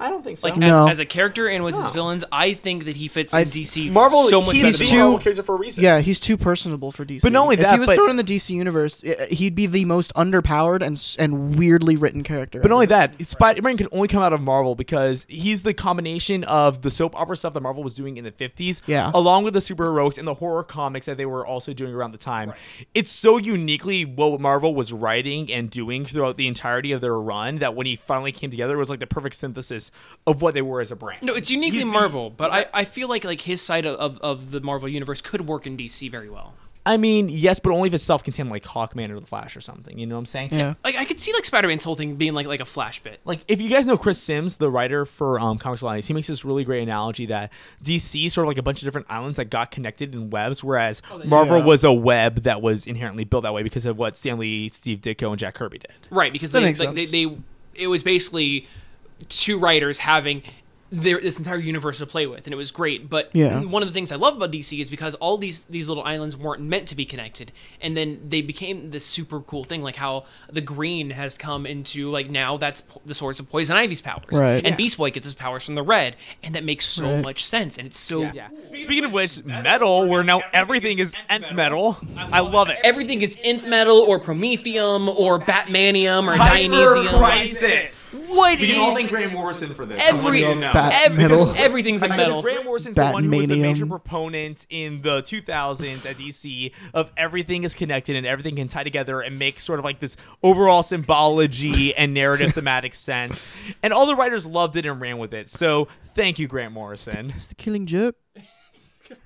I don't think so. Like No. as, as a character and with his No. villains, I think that he fits I- in DC Marvel, so much he's better. the Than too- Marvel character for a reason. Yeah, he's too personable for DC. But not only if that, he was but- thrown in the DC universe, i- he'd be the most underpowered and s- and weirdly written character. But not ever. only that, Spider-Man can only come out of Marvel because he's the combination of the soap opera stuff that Marvel was doing in the 50s, Yeah. along with the superheroics and the horror comics that they were also doing around the time. It's so uniquely what Marvel was writing and doing throughout the entirety of their run that when he finally came together, it was like the perfect synthesis of what they were as a brand. No, it's uniquely He- Marvel, but I, I feel like like his side of, of, of the Marvel universe could work in DC very well. I mean, yes, but only if it's self-contained, like Hawkman or the Flash or something. You know what I'm saying? yeah. Like I could see like Spider-Man's whole thing being like like a flash bit. like if you guys know Chris Sims, the writer for um, Comics Alliance, he makes this really great analogy that DC is sort of like a bunch of different islands that got connected in webs, whereas Marvel Yeah. was a web that was inherently built that way because of what Stanley, Steve Ditko, and Jack Kirby did. Right, because That they, makes like, sense. They, they it was basically two writers having their this entire universe to play with, and it was great. But Yeah. one of the things I love about DC is because all these these little islands weren't meant to be connected, and then they became this super cool thing, like how the green has come into like now that's po- the source of Poison Ivy's powers, Right. And Yeah. Beast Boy gets his powers from the red, and that makes so Right. much sense, and it's so Yeah. Speaking of which, metal, where now everything is nth metal. I love it. everything is nth metal or promethium or batmanium or dionysium. crisis. What We can all is- thank Graham Morrison for this. Every- I want you to know. Bat- Ev- metal. because Everything's in Because metal. Graham Morrison's the one who was the Batmanium. major proponent in the 2000s at DC of everything is connected and everything can tie together and make sort of like this overall symbology and narrative thematic sense. And all the writers loved it and ran with it. So thank you, Grant Morrison. It's the killing joke.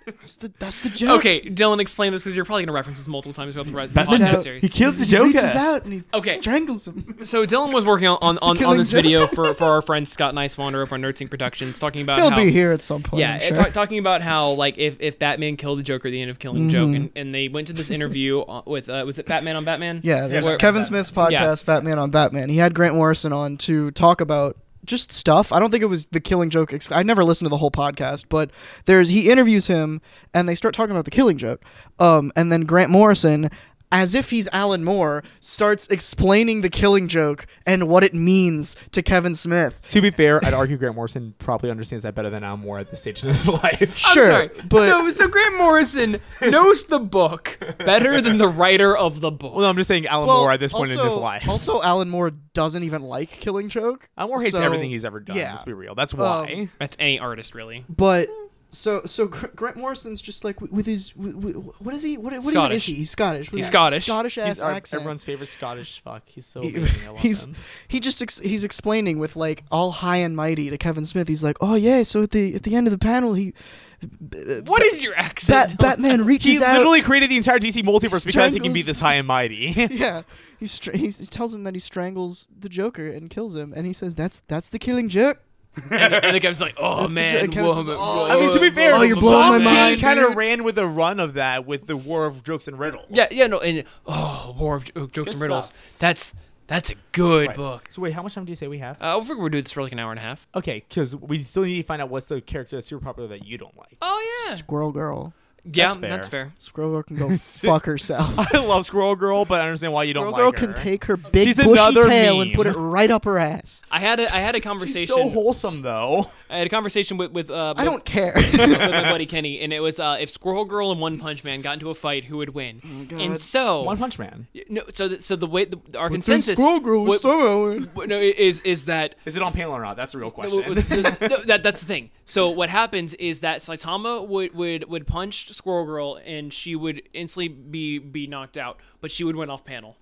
that's the that's the joke. Okay, Dylan, explain this because you're probably going to reference this multiple times throughout the rest of the Batman podcast does- series. kills the He reaches out and he Okay. strangles him. So Dylan was working on, on, the on, killing this joke. video for, for our friend Scott Nicewander of our Nerdsync Productions, talking about He'll how be here at some point. yeah, I'm and sure. ta- talking about how like if, if Batman killed the Joker at the end of Killing Mm-hmm. Joke, and, and they went to this interview on- with uh, was it Batman on Batman? Yeah, there's Where- Kevin Smith's podcast, Yeah. Batman on Batman. He had Grant Morrison on to talk about just stuff. I don't think it was the Killing Joke. Ex- I never listened to the whole podcast, but there's he interviews him and they start talking about the Killing Joke, um, and then Grant Morrison. As if he's Alan Moore, starts explaining the killing joke and what it means to Kevin Smith. To be fair, I'd argue Grant Morrison probably understands that better than I'm more at this stage in his life. I'm Sure, sorry. but so so Grant Morrison knows the book better than the writer of the book. Well, no, I'm just saying Alan Moore at this point in his life. Also, Alan Moore doesn't even like Killing Joke. Alan Moore hates so- everything he's ever done. yeah. Oh, Let's be real. That's why. That's any artist really. But so so Gr- Grant Morrison's just like with his with, with, what is he? What, what even Scottish. is he? He's Scottish. With He's his Scottish. Scottish ass he's our- accent. everyone's favorite Scottish fuck. He's so He- amazing. I love he's him. he just ex- he's explaining with like all high and mighty to Kevin Smith. He's like, oh yeah. So at the at the end of the panel, he What is your Bat- accent? Batman reaches He out. literally created the entire DC multiverse because he can be Strangles- this high and mighty. yeah, he str- he tells him that he strangles the Joker and kills him, and he says that's that's the killing joke. and, and the guy's like, "Oh That's the man, jo- and Kevin woman, Smith's like, woman, "Oh, I mean, to be fair, Oh, you're woman, blowing my woman." mind. kind dude. of ran with the run of that with the War of Jokes and Riddles. Yeah, yeah, no, and oh, War of J- Jokes and Riddles. stuff. That's that's a good Right. book. So wait, how much time do you say we have? Uh, I figure we'll do this for like an hour and a half. Okay, because we still need to find out what's the character that's super popular that you don't like. Oh yeah, Squirrel Girl. yeah, that's fair. that's fair. Squirrel Girl can go fuck herself. I love Squirrel Girl, but I understand why you don't Squirrel like Girl her. can take her big She's bushy another tail and meme. put it right up her ass. I had a I had a She's conversation. so wholesome though. I had a conversation with with uh, I with- don't care. with my buddy Kenny, and it was uh, if Squirrel Girl and One Punch Man got into a fight, who would win? Oh God. and so One Punch Man. no, so the, so the way the, our consensus what- so what- no is is that Is it on panel or not? That's a real no, question. that that's the thing. So what happens is that Saitama would would would punch Squirrel Girl, and she would instantly be be knocked out, but she would win off panel.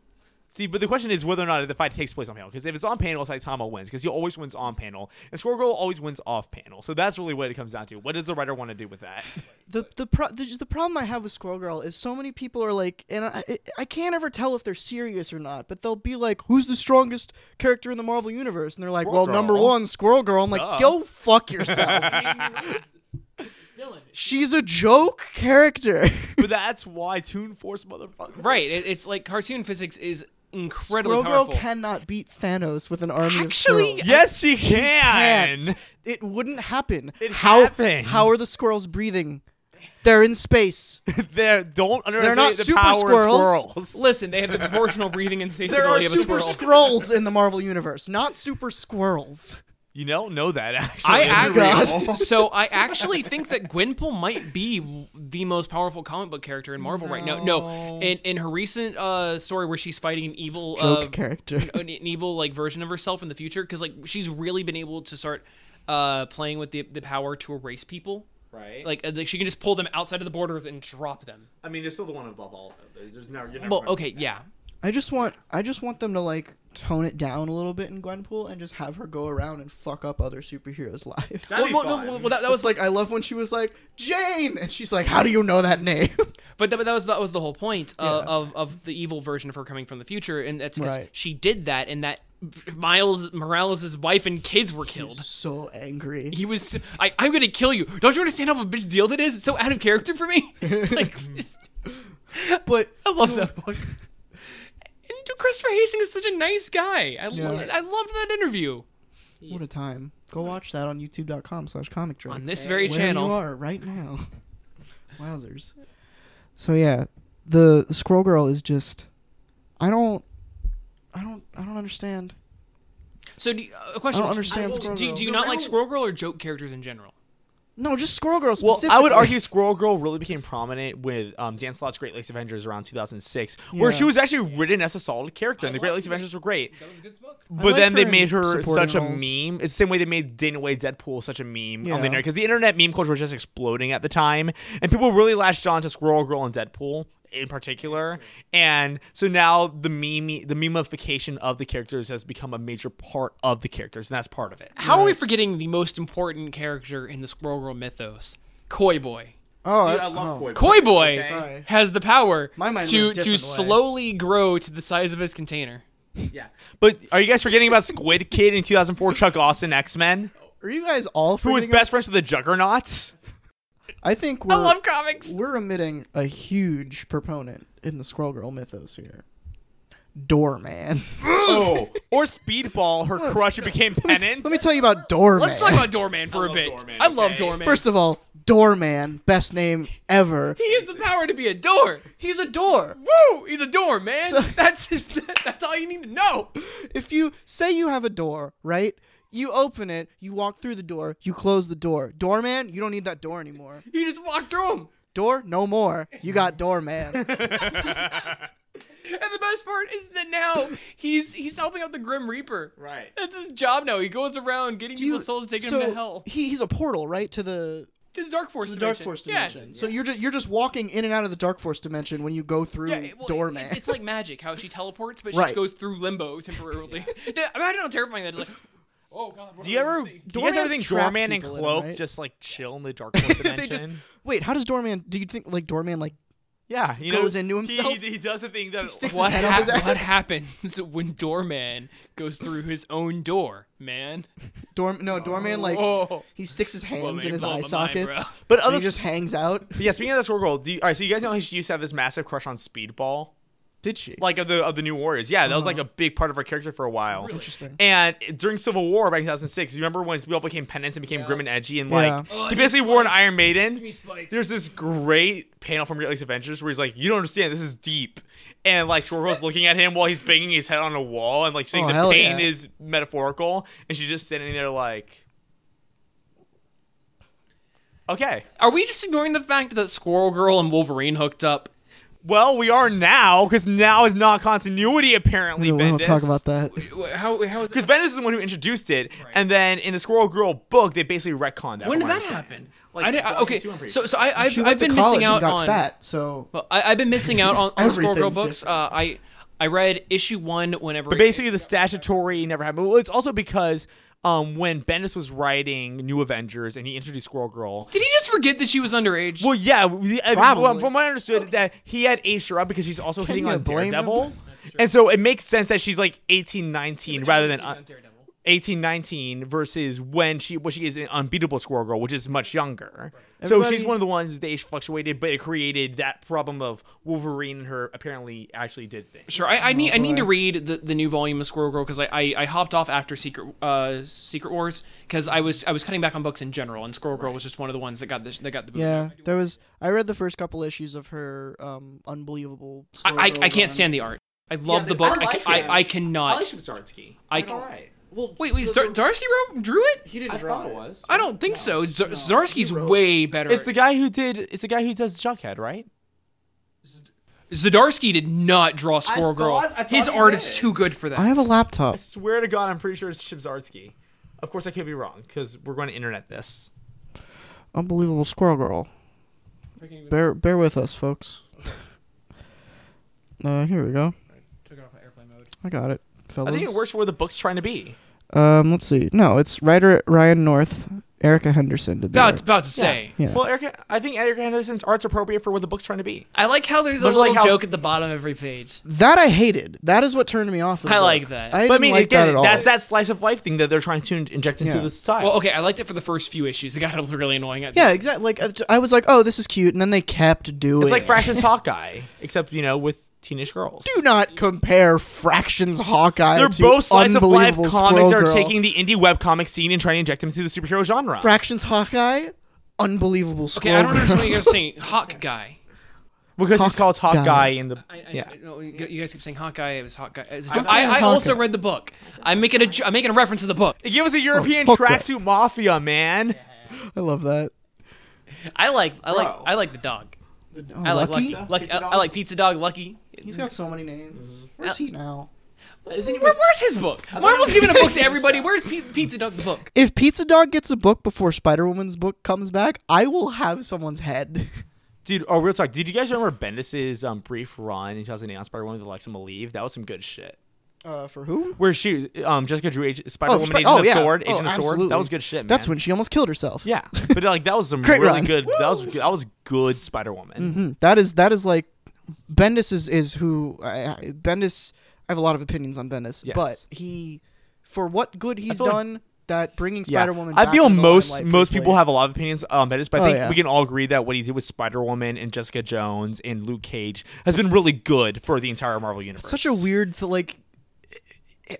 See, but the question is whether or not the fight takes place on panel. Because if it's on panel, Saitama wins because he always wins on panel, and Squirrel Girl always wins off panel. So that's really what it comes down to. What does the writer want to do with that? the the, pro- the just the problem I have with Squirrel Girl is so many people are like, and I I- I can't ever tell if they're serious or not, but they'll be like, "Who's the strongest character in the Marvel universe?" And they're like, Squirrel "Well, number Girl." one, Squirrel Girl." I'm like, Duh. "Go fuck yourself." Dylan, She's a joke character. but that's why Toon Force motherfuckers. right? It, it's like cartoon physics is incredibly Squirrel Girl powerful. cannot beat Thanos with an army of Actually, squirrels. Yes, she can. can't. It wouldn't happen. It how happened. how are the squirrels breathing? They're in space. They're don't They're underestimate not the super power of squirrels. squirrels. Listen, they have the proportional breathing and space There are ability of a super squirrel. scrolls in the Marvel universe, not super squirrels. You don't know that actually. I Oh God. actually, so I actually think that Gwenpool might be the most powerful comic book character in Marvel right now. No, No. in in her recent uh, story where she's fighting an evil Joke uh, character. an, an evil like version of herself in the future, because like she's really been able to start uh, playing with the the power to erase people. right. Like, uh, like she can just pull them outside of the borders and drop them. I mean, there's still the one above all. of those. There's never. You're never Well, gonna- okay, yeah. I just want I just want them to like tone it down a little bit in Gwenpool and just have her go around and fuck up other superheroes' lives. That'd be well, well, fun. no, well, well, that, that That was was like I love when she was like Jane, and she's like, "How do you know that name?" But that, but that was that was the whole point uh, Yeah. of of the evil version of her coming from the future, and that's because Right. she did that, and that Miles Morales' wife and kids were killed. so angry. He was, I, I'm gonna kill you. Don't you understand how of a big deal that is? It's so out of character for me. like, just- But I love that book. And dude, Christopher Hastings is such a nice guy. I Yeah. love I loved that interview what a time! Go watch that on YouTube.com/slash Comic Dragon. on this very where channel. you are right now. Wowzers. So yeah, the Squirrel Girl is just. I don't. I don't. I don't understand. So, do you, uh, a question. I don't understand Do, Squirrel do, Girl. do you The not like real- Squirrel Girl or joke characters in general? No, just Squirrel Girl Well, specifically. I would argue Squirrel Girl really became prominent with um, Dan Slott's Great Lakes Avengers around 2006, where Yeah. she was actually written as a solid character, and the Great Lakes Avengers were great. That was a good book. But like then her they in made her supporting such a roles. meme. It's the same way they made Dana Way Deadpool such a meme on Yeah. the internet because the internet meme culture was just exploding at the time, and people really latched on to Squirrel Girl and Deadpool in particular. And so now the meme, the memification of the characters has become a major part of the characters, and that's part of it. How are we forgetting the most important character in the Squirrel Girl mythos? Koi Boy. Oh, Dude, I love Koi. Koi Boy Sorry. has the power My mind to went a to different way. slowly grow to the size of his container. Yeah. But are you guys forgetting about Squid Kid in 2004 Chuck Austin X Men? Are you guys all Who was freaking- best friends with the Juggernauts? I think we're. comics. we're omitting a huge proponent in the Squirrel Girl mythos here. Doorman. oh, or Speedball, her crush, it became penance. Let me tell you about Doorman. Let's talk about Doorman for a love bit. Doorman, I love okay? Doorman. First of all, Doorman, best name ever. he has the power to be a door. He's a door. Woo! He's a door, man. So- that's his, that's all you need to know. If you say you have a door, right? You open it, you walk through the door, you close the door. Doorman, you don't need that door anymore. You just walk through him. Door, no more. You got doorman. And the best part is that now he's he's helping out the Grim Reaper. right. That's his job now. He goes around getting people's souls, taking so them to hell, He, he's a portal, right, to the to the Dark Force. to the dimension. dark force Yeah. dimension. So you're just you're just walking in and out of the dark force dimension when you go through Yeah, it- well, it- doorman. it- it's like magic how she teleports, but she Right. just goes through limbo temporarily. Yeah, Imagine how terrifying that is. Like, oh god. what Do you I ever, see? do you guys ever Doorman's think trapped Doorman and people in it, Cloak right? just like chill in the dark Force dimension? They just- Wait, how does doorman? Do you think like doorman like yeah, you goes know, into he- himself? He, he does the thing that sticks his What, head up hap- his ass. what happens when Doorman goes through his own door, man? Dorm no doorman like Whoa. he sticks his hands man, in his Oh. blow eye my mind, bro. sockets. But and other he just hangs out. But yeah, speaking of that Squirrel, do you, all right. So you guys know how she used to have this massive crush on Speedball, Did she? like of the of the New Warriors. Yeah, that was Uh-huh. like a big part of her character for a while. Really? Interesting. And during Civil War back in 2006, you remember when Speedball became Penance and became grim and edgy and like Yeah. Oh, I he need basically wore an spikes. Iron Maiden. spikes. There's this great panel from Great Lakes Adventures where he's like, "You don't understand. This is deep." And like Squirrel's looking at him while he's banging his head on a wall and like saying Oh, the hell pain yeah. is metaphorical, and she's just sitting there like, "Okay." Are we just ignoring the fact that Squirrel Girl and Wolverine hooked up? Well, we are now because now is not continuity apparently. we Bendis. don't talk about that. Wh- How, how is because Bendis is the one who introduced it, and then in the Squirrel Girl book, they basically retconned that. When from did that my understanding. happen? Like, I did, I, volume okay, two, I'm pretty so sure. so I I've, She went I've to been college missing out and got on fat, so well I, I've been missing out on, on the Squirrel Girl Everything's books. Uh, I I read issue one whenever. But basically, the statutory never happened. Well, it's also because um, when Bendis was writing New Avengers and he introduced Squirrel Girl. did he just forget that she was underage? Well, yeah, we- I- Probably. well, from what I understood, that he had a her up because she's also hitting you on blame him? Daredevil, and so it makes sense that she's like 18, 19 rather than uh, Daredevil. Eighteen, nineteen versus when she what she is in Unbeatable Squirrel Girl, which is much younger. So Everybody- she's one of the ones whose age fluctuated, but it created that problem of Wolverine and her apparently actually did things. Sure, I, I need I need to boy. read the, the new volume of Squirrel Girl because I, I, I hopped off after Secret uh Secret Wars because I was I was cutting back on books in general and Squirrel Girl was just one of the ones that got the that got the boot. yeah, there was. I read the first couple issues of her um, unbelievable. I, I, Squirrel I can't run. stand the art. I love the book. I, like I, it. I cannot. Shibsarsky. I- That's all right. Well, wait, wait, Zar- Zarsky wrote, drew it? he didn't draw it. was. I don't think so. Zar- Zarsky's way better. It's the guy who did. It's the guy who does Jughead, right? Zdarsky did not draw Squirrel Girl. thought- I thought His he art is did. too good for that. I have a laptop. I swear to God, I'm pretty sure it's Shibsarsky. Of course, I could be wrong because we're going to internet this. Unbelievable Squirrel Girl. Bear, bear with us, folks. Uh, here we go. I got it, fellas. I think it works for where the book's trying to be. Um, let's see. No, it's writer Ryan North, Erica Henderson did the About, art. about to say. Yeah. Well, Erica, I think Erica Henderson's art's appropriate for where the book's trying to be. I like how there's a But little like how- joke at the bottom of every page. That I hated. That is what turned me off. of the I like book. that. I But I didn't mean, like again, that at all. that's that slice of life thing that they're trying to in- inject into Yeah. the society. Well, okay, I liked it for the first few issues. It got really annoying. At Yeah, exactly. Like I- I was like, oh, this is cute, and then they kept doing. it's like it. Fraction's Hawkeye, except you know, with teenage girls. Do not compare Fractions Hawkeye. they're to both slice of life Unbelievable comics Squirrel that are Girl. taking the indie webcomic scene and trying to inject them into the superhero genre. Fractions Hawkeye. Unbelievable Okay, Squirrel I don't understand what Girl. you guys are saying. Hawk guy. because he's Hawk called Hawkeye guy. in the I, I, yeah. no, you you guys keep saying Hawk guy. It was Hawk guy. It was- I'm- I, I I'm also Hawkeye. read the book. I'm making a. ju- I'm making a reference to the book. Give us a European Oh, Hawkeye. tracksuit mafia, man. I love that. I like. I like. Bro. I like the dog. Oh, I like Lucky. Lucky. Lucky. Pizza I, Dog? I like Pizza Dog. Lucky. He's got so many names. Mm-hmm. Where's he now? Where, where's his book? Marvel's giving a book to everybody. Where's P- Pizza Dog the book? If Pizza Dog gets a book before Spider Woman's book comes back, I will have someone's head. Dude, oh, real talk. Did you guys remember Bendis's um, brief run in 2008 on Spider Woman with Alexa Malieve? That was some good shit. Uh, for whom? Where she, um, Jessica Drew, Spider Woman, Spi- Agent of Sword, Agent of Sword. oh, absolutely. That was good shit, man. That's when she almost killed herself. Yeah, but like that was some Great really run. good. That was that was good Spider Woman. Mhm. That is that is like Bendis is is who I, I- Bendis. I have a lot of opinions on Bendis, Yes. but he, for what good he's feel like- done, that bringing Yeah. Spider Woman. I feel most most people have a lot of opinions on Bendis, but I Oh, think yeah. we can all agree that what he did with Spider Woman and Jessica Jones and Luke Cage has been really good for the entire Marvel universe. such a weird th- like.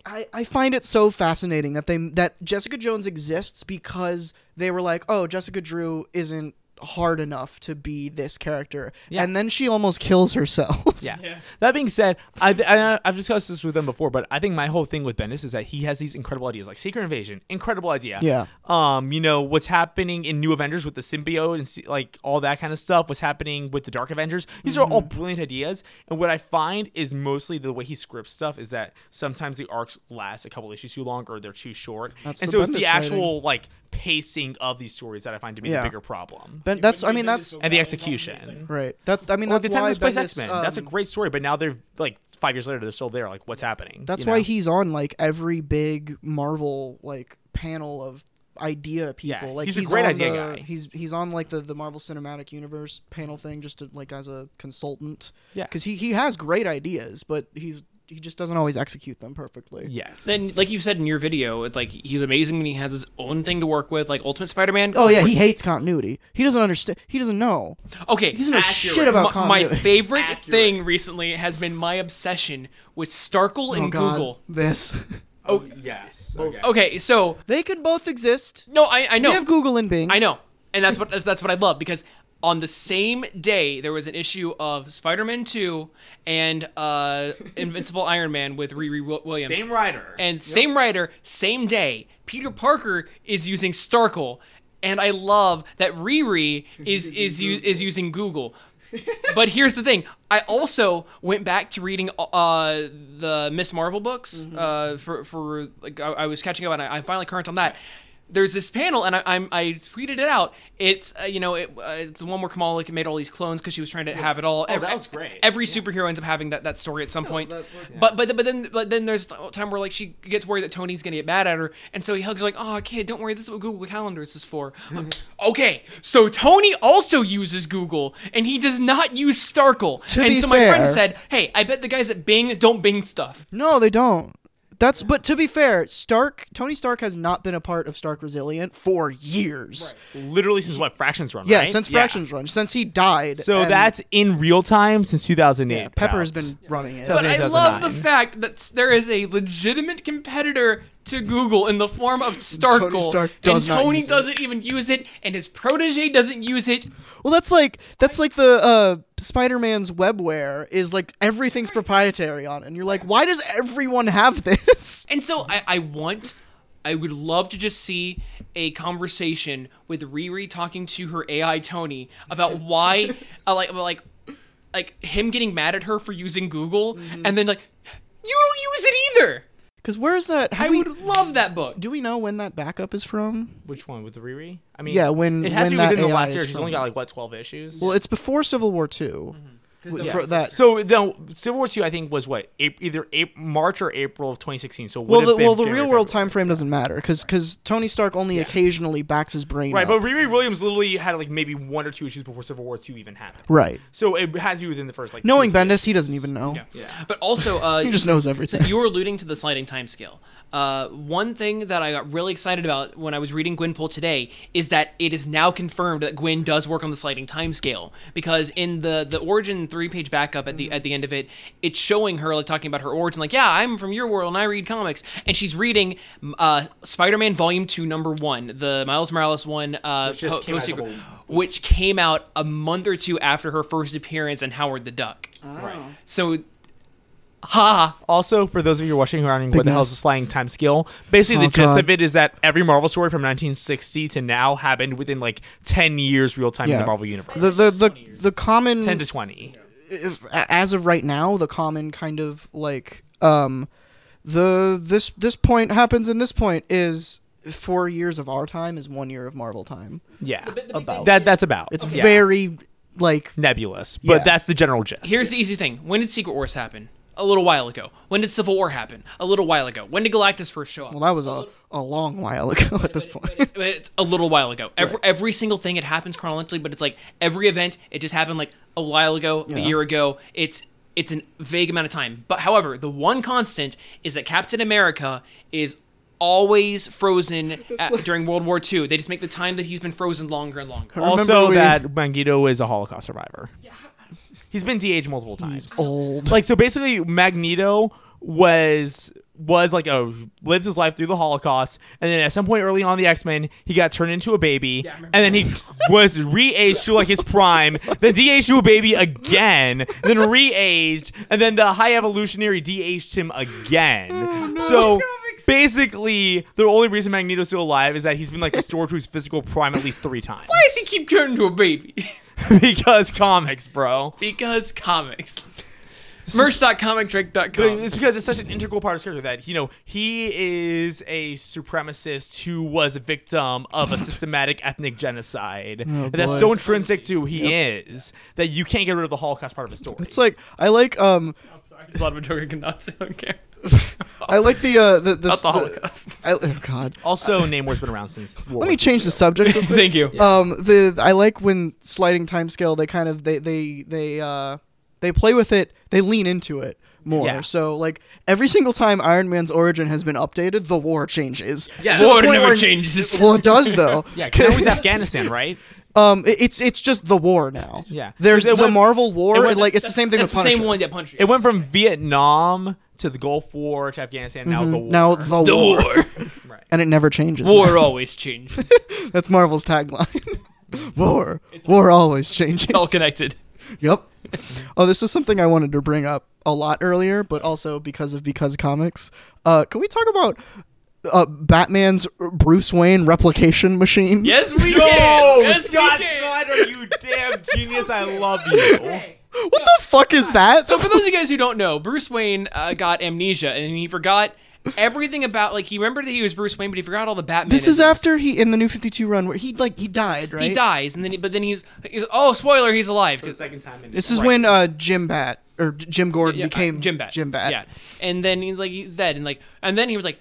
I, I find it so fascinating that they that Jessica Jones exists because they were like, oh, Jessica Drew isn't hard enough to be this character, Yeah. and then she almost kills herself. Yeah. Yeah. That being said, I, I I've discussed this with them before, but I think my whole thing with Bendis is that he has these incredible ideas, like Secret Invasion, incredible idea. Yeah. Um, you know what's happening in New Avengers with the symbiote and se- like all that kind of stuff. What's happening with the Dark Avengers? These are all Mm-hmm. brilliant ideas. And what I find is mostly the way he scripts stuff is that sometimes the arcs last a couple issues too long or they're too short. That's and the so it's Bendis the actual like pacing of these stories that I find to be Yeah. the bigger problem. Ben, that's I mean that's And the execution. right. That's I mean Well, that's the time why this place Bendis, X Men. that's a um, great story, but now they're like five years later, they're still there. Like, what's happening? That's you why know? he's on like every big Marvel like panel of idea people. Yeah, like he's a great on idea the- guy. He's he's on like the, the Marvel Cinematic Universe panel thing just to, like as a consultant. Yeah. because he he has great ideas, but he's he just doesn't always execute them perfectly. Yes. Then, like you said in your video, it's like he's amazing when he has his own thing to work with, like Ultimate Spider-Man. Oh yeah, he hates continuity. He doesn't understand. He doesn't know. Okay, He doesn't know shit about my, my continuity. favorite thing recently has been my obsession with Starkle and oh, God, Google. This. oh, yes. Okay. Okay, so they could both exist. no, I I know We have Google and Bing. I know, and that's what that's what I love because on the same day there was an issue of Spider-Man Two and uh, Invincible Iron Man with Riri Wi- Williams. Same writer. and same writer, same day. Peter Parker is using Starkle, and I love that Riri is is u- is using Google. but here's the thing: I also went back to reading uh, the Miss Marvel books Mm-hmm. uh, for for like I, I was catching up, and I, I'm finally current on that. There's this panel, and I, I'm I tweeted it out. It's uh, you know it, uh, it's the one where Kamala made all these clones because she was trying to have it all. Oh, that was great. Every superhero ends up having that, that story at some point. that- But but but then but then there's a time where like she gets worried that Tony's gonna get mad at her, and so he hugs her like, "Oh kid, don't worry. This is what Google Calendar is for." okay, so Tony also uses Google, and he does not use Starkle. To and be so my friend fair- said, "Hey, I bet the guys at Bing don't Bing stuff." No, they don't. That's but to be fair, Stark Tony Stark has not been a part of Stark Resilient for years. Literally since what Fractions Run. Yeah, right? since Fractions Run, since he died. So and- that's in real time since 2008. yeah, Pepper has pals. been running it. So- But That was I in love the 2009. fact that s- there is a legitimate competitor to Google in the form of Starkle, Stark and does not Tony use it. doesn't even use it, and his protege doesn't use it. well, that's like that's like the uh, Spider-Man's webware is like everything's proprietary on it, and you're like, why does everyone have this? And so I, I want, I would love to just see a conversation with Riri talking to her AI Tony about why, uh, like, well, like, like him getting mad at her for using Google, and then like, you don't use it either. Because where is that? I do we- would love that book. do we know when that backup is from? Which one with the Riri? I mean, Yeah, when- it has to when be that within the AI last is year. She's from- only got like what 12 issues. Well, it's before Civil War Two. Yeah. For that. So the Civil War Two, I think, was what Ap- either Ap- March or April of 2016. So it well, would've the, been well, the January, real world February. time frame doesn't matter because Tony Stark only occasionally backs his brain. Right, but up. Riri Williams literally had like maybe one or two issues before Civil War Two even happened. right. So it has to be within the first like Knowing two years. Bendis, he doesn't even know. Yeah. But also, uh, He just knows everything. you were alluding to the sliding timescale. Uh, one thing that I got really excited about when I was reading Gwynpool today is that it is now confirmed that Gwyn does work on the sliding timescale because in the the origin three page backup at the at the end of it, it's showing her like talking about her origin, like yeah, I'm from your world and I read comics, and she's reading m- uh, Spider Man Volume Two Number One, the Miles Morales one, uh, Which just po- came out a post-sequel, couple which came out a month or two after her first appearance in Howard the Duck. Right. So, ha. Also, for those of you watching who are wondering what the hell is mess. the sliding time scale, basically Oh, the gist God. of it is that every Marvel story from 1960 to now happened within like 10 years real time in Yeah. the Marvel universe. The the the, the common 10 to 20. if, a- as of right now, the common kind of like um the this this point happens and this point is four years of our time is one year of Marvel time. Yeah. About. That that's about. It's Yeah. very like nebulous, but Yeah. that's the general gist. Here's the easy thing. When did Secret Wars happen? A little while ago. When did Civil War happen? A little while ago. When did Galactus first show up? well that was a, a long while ago at this point. It's, it's a little while ago. Every, every single thing it happens chronologically, but it's like every event it just happened like a while ago, a Yeah. year ago. It's it's a vague amount of time. But however, the one constant is that Captain America is always frozen at, during World War II. They just make the time that he's been frozen longer and longer. remember Also, we- that Magneto is a Holocaust survivor. He's been DH multiple times. old. Like so, basically, Magneto was was like a lives his life through the Holocaust, and then at some point early on in the X Men, he got turned into a baby, Yeah, I remember and then he was re-aged to like his prime, then de-aged to a baby again, then re-aged, and then the High Evolutionary de-aged him again. Oh, So. Basically, the only reason Magneto's still alive is that he's been like restored to his physical prime at least three times. Why does he keep turning into a baby? because comics, bro. because comics. Merch.comicdrake.com. But Um, it's because it's such an integral part of his character that you know he is a supremacist who was a victim of a systematic ethnic genocide, and that's Oh, boy. so intrinsic to who he is that you can't get rid of the Holocaust part of his story. It's like I like um I'm sorry. There's a lot of Madoka Kanatsu. I don't care. I like the uh the the, Not the the- Holocaust. I, oh God. also, Namor's been around since. World Let War me change the subject. real quick. Thank you. Um, the I like when sliding time scale. They kind of they they they uh they play with it. They lean into it more. Yeah. So like every single time Iron Man's origin has been updated, the war changes. Yeah. To the War point never where- changes. Well, it does though. Yeah, Kenobi's Afghanistan, right? Um, it- it's it's just the war now. Yeah. There's It the went- Marvel war. it It went- like it's the same thing That's with the same Punisher. one that punched you. It went from Vietnam to the Gulf War to Afghanistan, now the war. Mm-hmm. Now the, the war. war. right. and it never changes. War always changes. It's That's Marvel's tagline. war. War always changes. all connected. Yep. oh, this is something I wanted to bring up a lot earlier, but also because of because comics. Uh, can we talk about uh, Batman's Bruce Wayne replication machine? Yes, we Yo, can. Yes, Scott we can. Snyder, you damn genius! I love you. What the fuck is that? So for those of you guys who don't know, Bruce Wayne uh, got amnesia and he forgot everything about like he remembered that he was Bruce Wayne, but he forgot all the Batman. this is after he in the New Fifty Two run where he like he died, right? he dies, and then he, but then he's, he's oh spoiler, he's alive. 'cause- second time. In This is when uh, Jim Bat or J- Jim Gordon yeah, uh, became Jim Bat. Jim Bat. Yeah, and then he's like he's dead, and like and then he was like,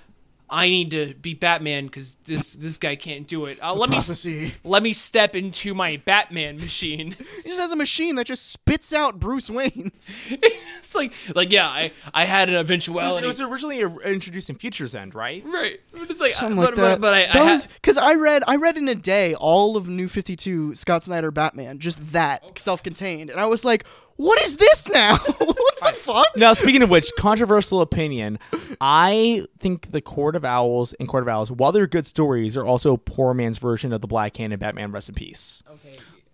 I need to be Batman because this this guy can't do it. Uh, let me Prophecy. let me step into my Batman machine. He just has a machine that just spits out Bruce Wayne's. it's like like yeah, I I had an It was- eventuality. It was originally introduced in Future's End, right? Right, but it's like, Something but, like but, that. but I, I ha- Those, because I read, I read in a day all of New Fifty Two Scott Snyder Batman, just that self-contained, and I was like, "What is this now? what the fuck?" Now, speaking of which, controversial opinion, I think the Court of Owls and Court of Owls, while they're good stories, are also poor man's version of the Black Cat and Batman Rest in Peace.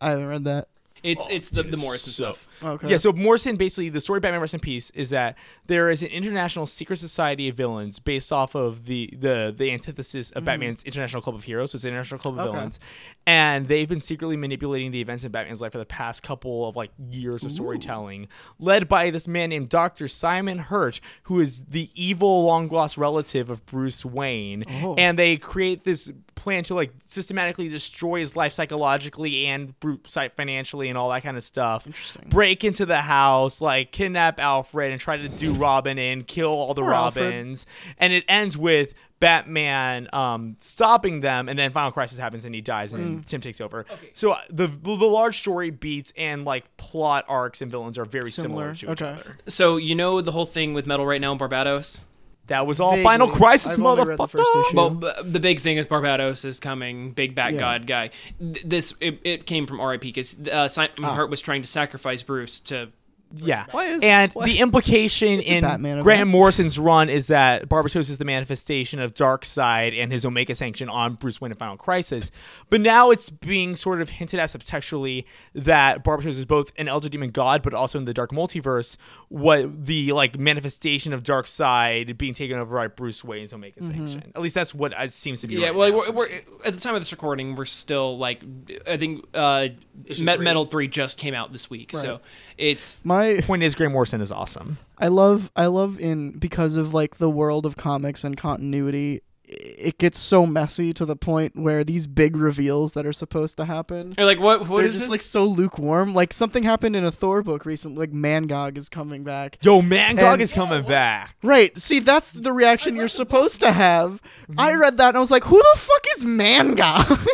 I haven't read that. it's it's the, Oh, the Morrison So- stuff. Okay. Yeah, so Morrison basically the story of Batman Rest in Peace is that there is an international secret society of villains based off of the the the antithesis of Batman's International Club of Heroes, so it's the International Club of Mm-hmm. Okay. Villains. And they've been secretly manipulating the events in Batman's life for the past couple of like years of storytelling, led by this man named Dr. Simon Hurt, who is the evil long lost relative of Bruce Wayne. Oh. And they create this plan to like systematically destroy his life psychologically and Bruce financially and all that kind of stuff Interesting. break into the house, like kidnap Alfred and try to do Robin in, kill all the Poor Alfred. Robins, and it ends with Batman um, stopping them, and then Final Crisis happens and he dies Mm. and Tim takes over. So uh, the the large story beats and like plot arcs and villains are very similar, Similar. to each Okay. other. So you know the whole thing with metal right now in Barbados. That was all Vaguely. Oh, Final Crisis, I've only read the first motherfucker. issue. Well, b- the big thing is Barbados is coming, big bat Yeah. god guy. Th- This it, it came from RIP because uh, Simon Ah. Hart was trying to sacrifice Bruce to. Yeah. Why is- and why- the implication a in Batman event. Grant Morrison's run is that Barbatos is the manifestation of Darkseid and his Omega sanction on Bruce Wayne in Final Crisis. But now it's being sort of hinted at subtextually that Barbatos is both an Elder Demon God, but also in the Dark Multiverse, what the like manifestation of Darkseid being taken over by Bruce Wayne's Omega Mm-hmm. sanction. At least that's what it seems to be. Yeah, right well, now. we're, we're, at the time of this recording, we're still like, I think uh, Met- three. Metal Three just came out this week, so it's My point is Grant Morrison is awesome. I love I love in because of like the world of comics and continuity i- it gets so messy to the point where these big reveals that are supposed to happen you're like what what they're is just this? like so lukewarm like something happened in a Thor book recently like Mangog is coming back Yo, Mangog And- is coming back. Right. See, that's the reaction you're supposed to have. I read that and I was like, who the fuck is Mangog?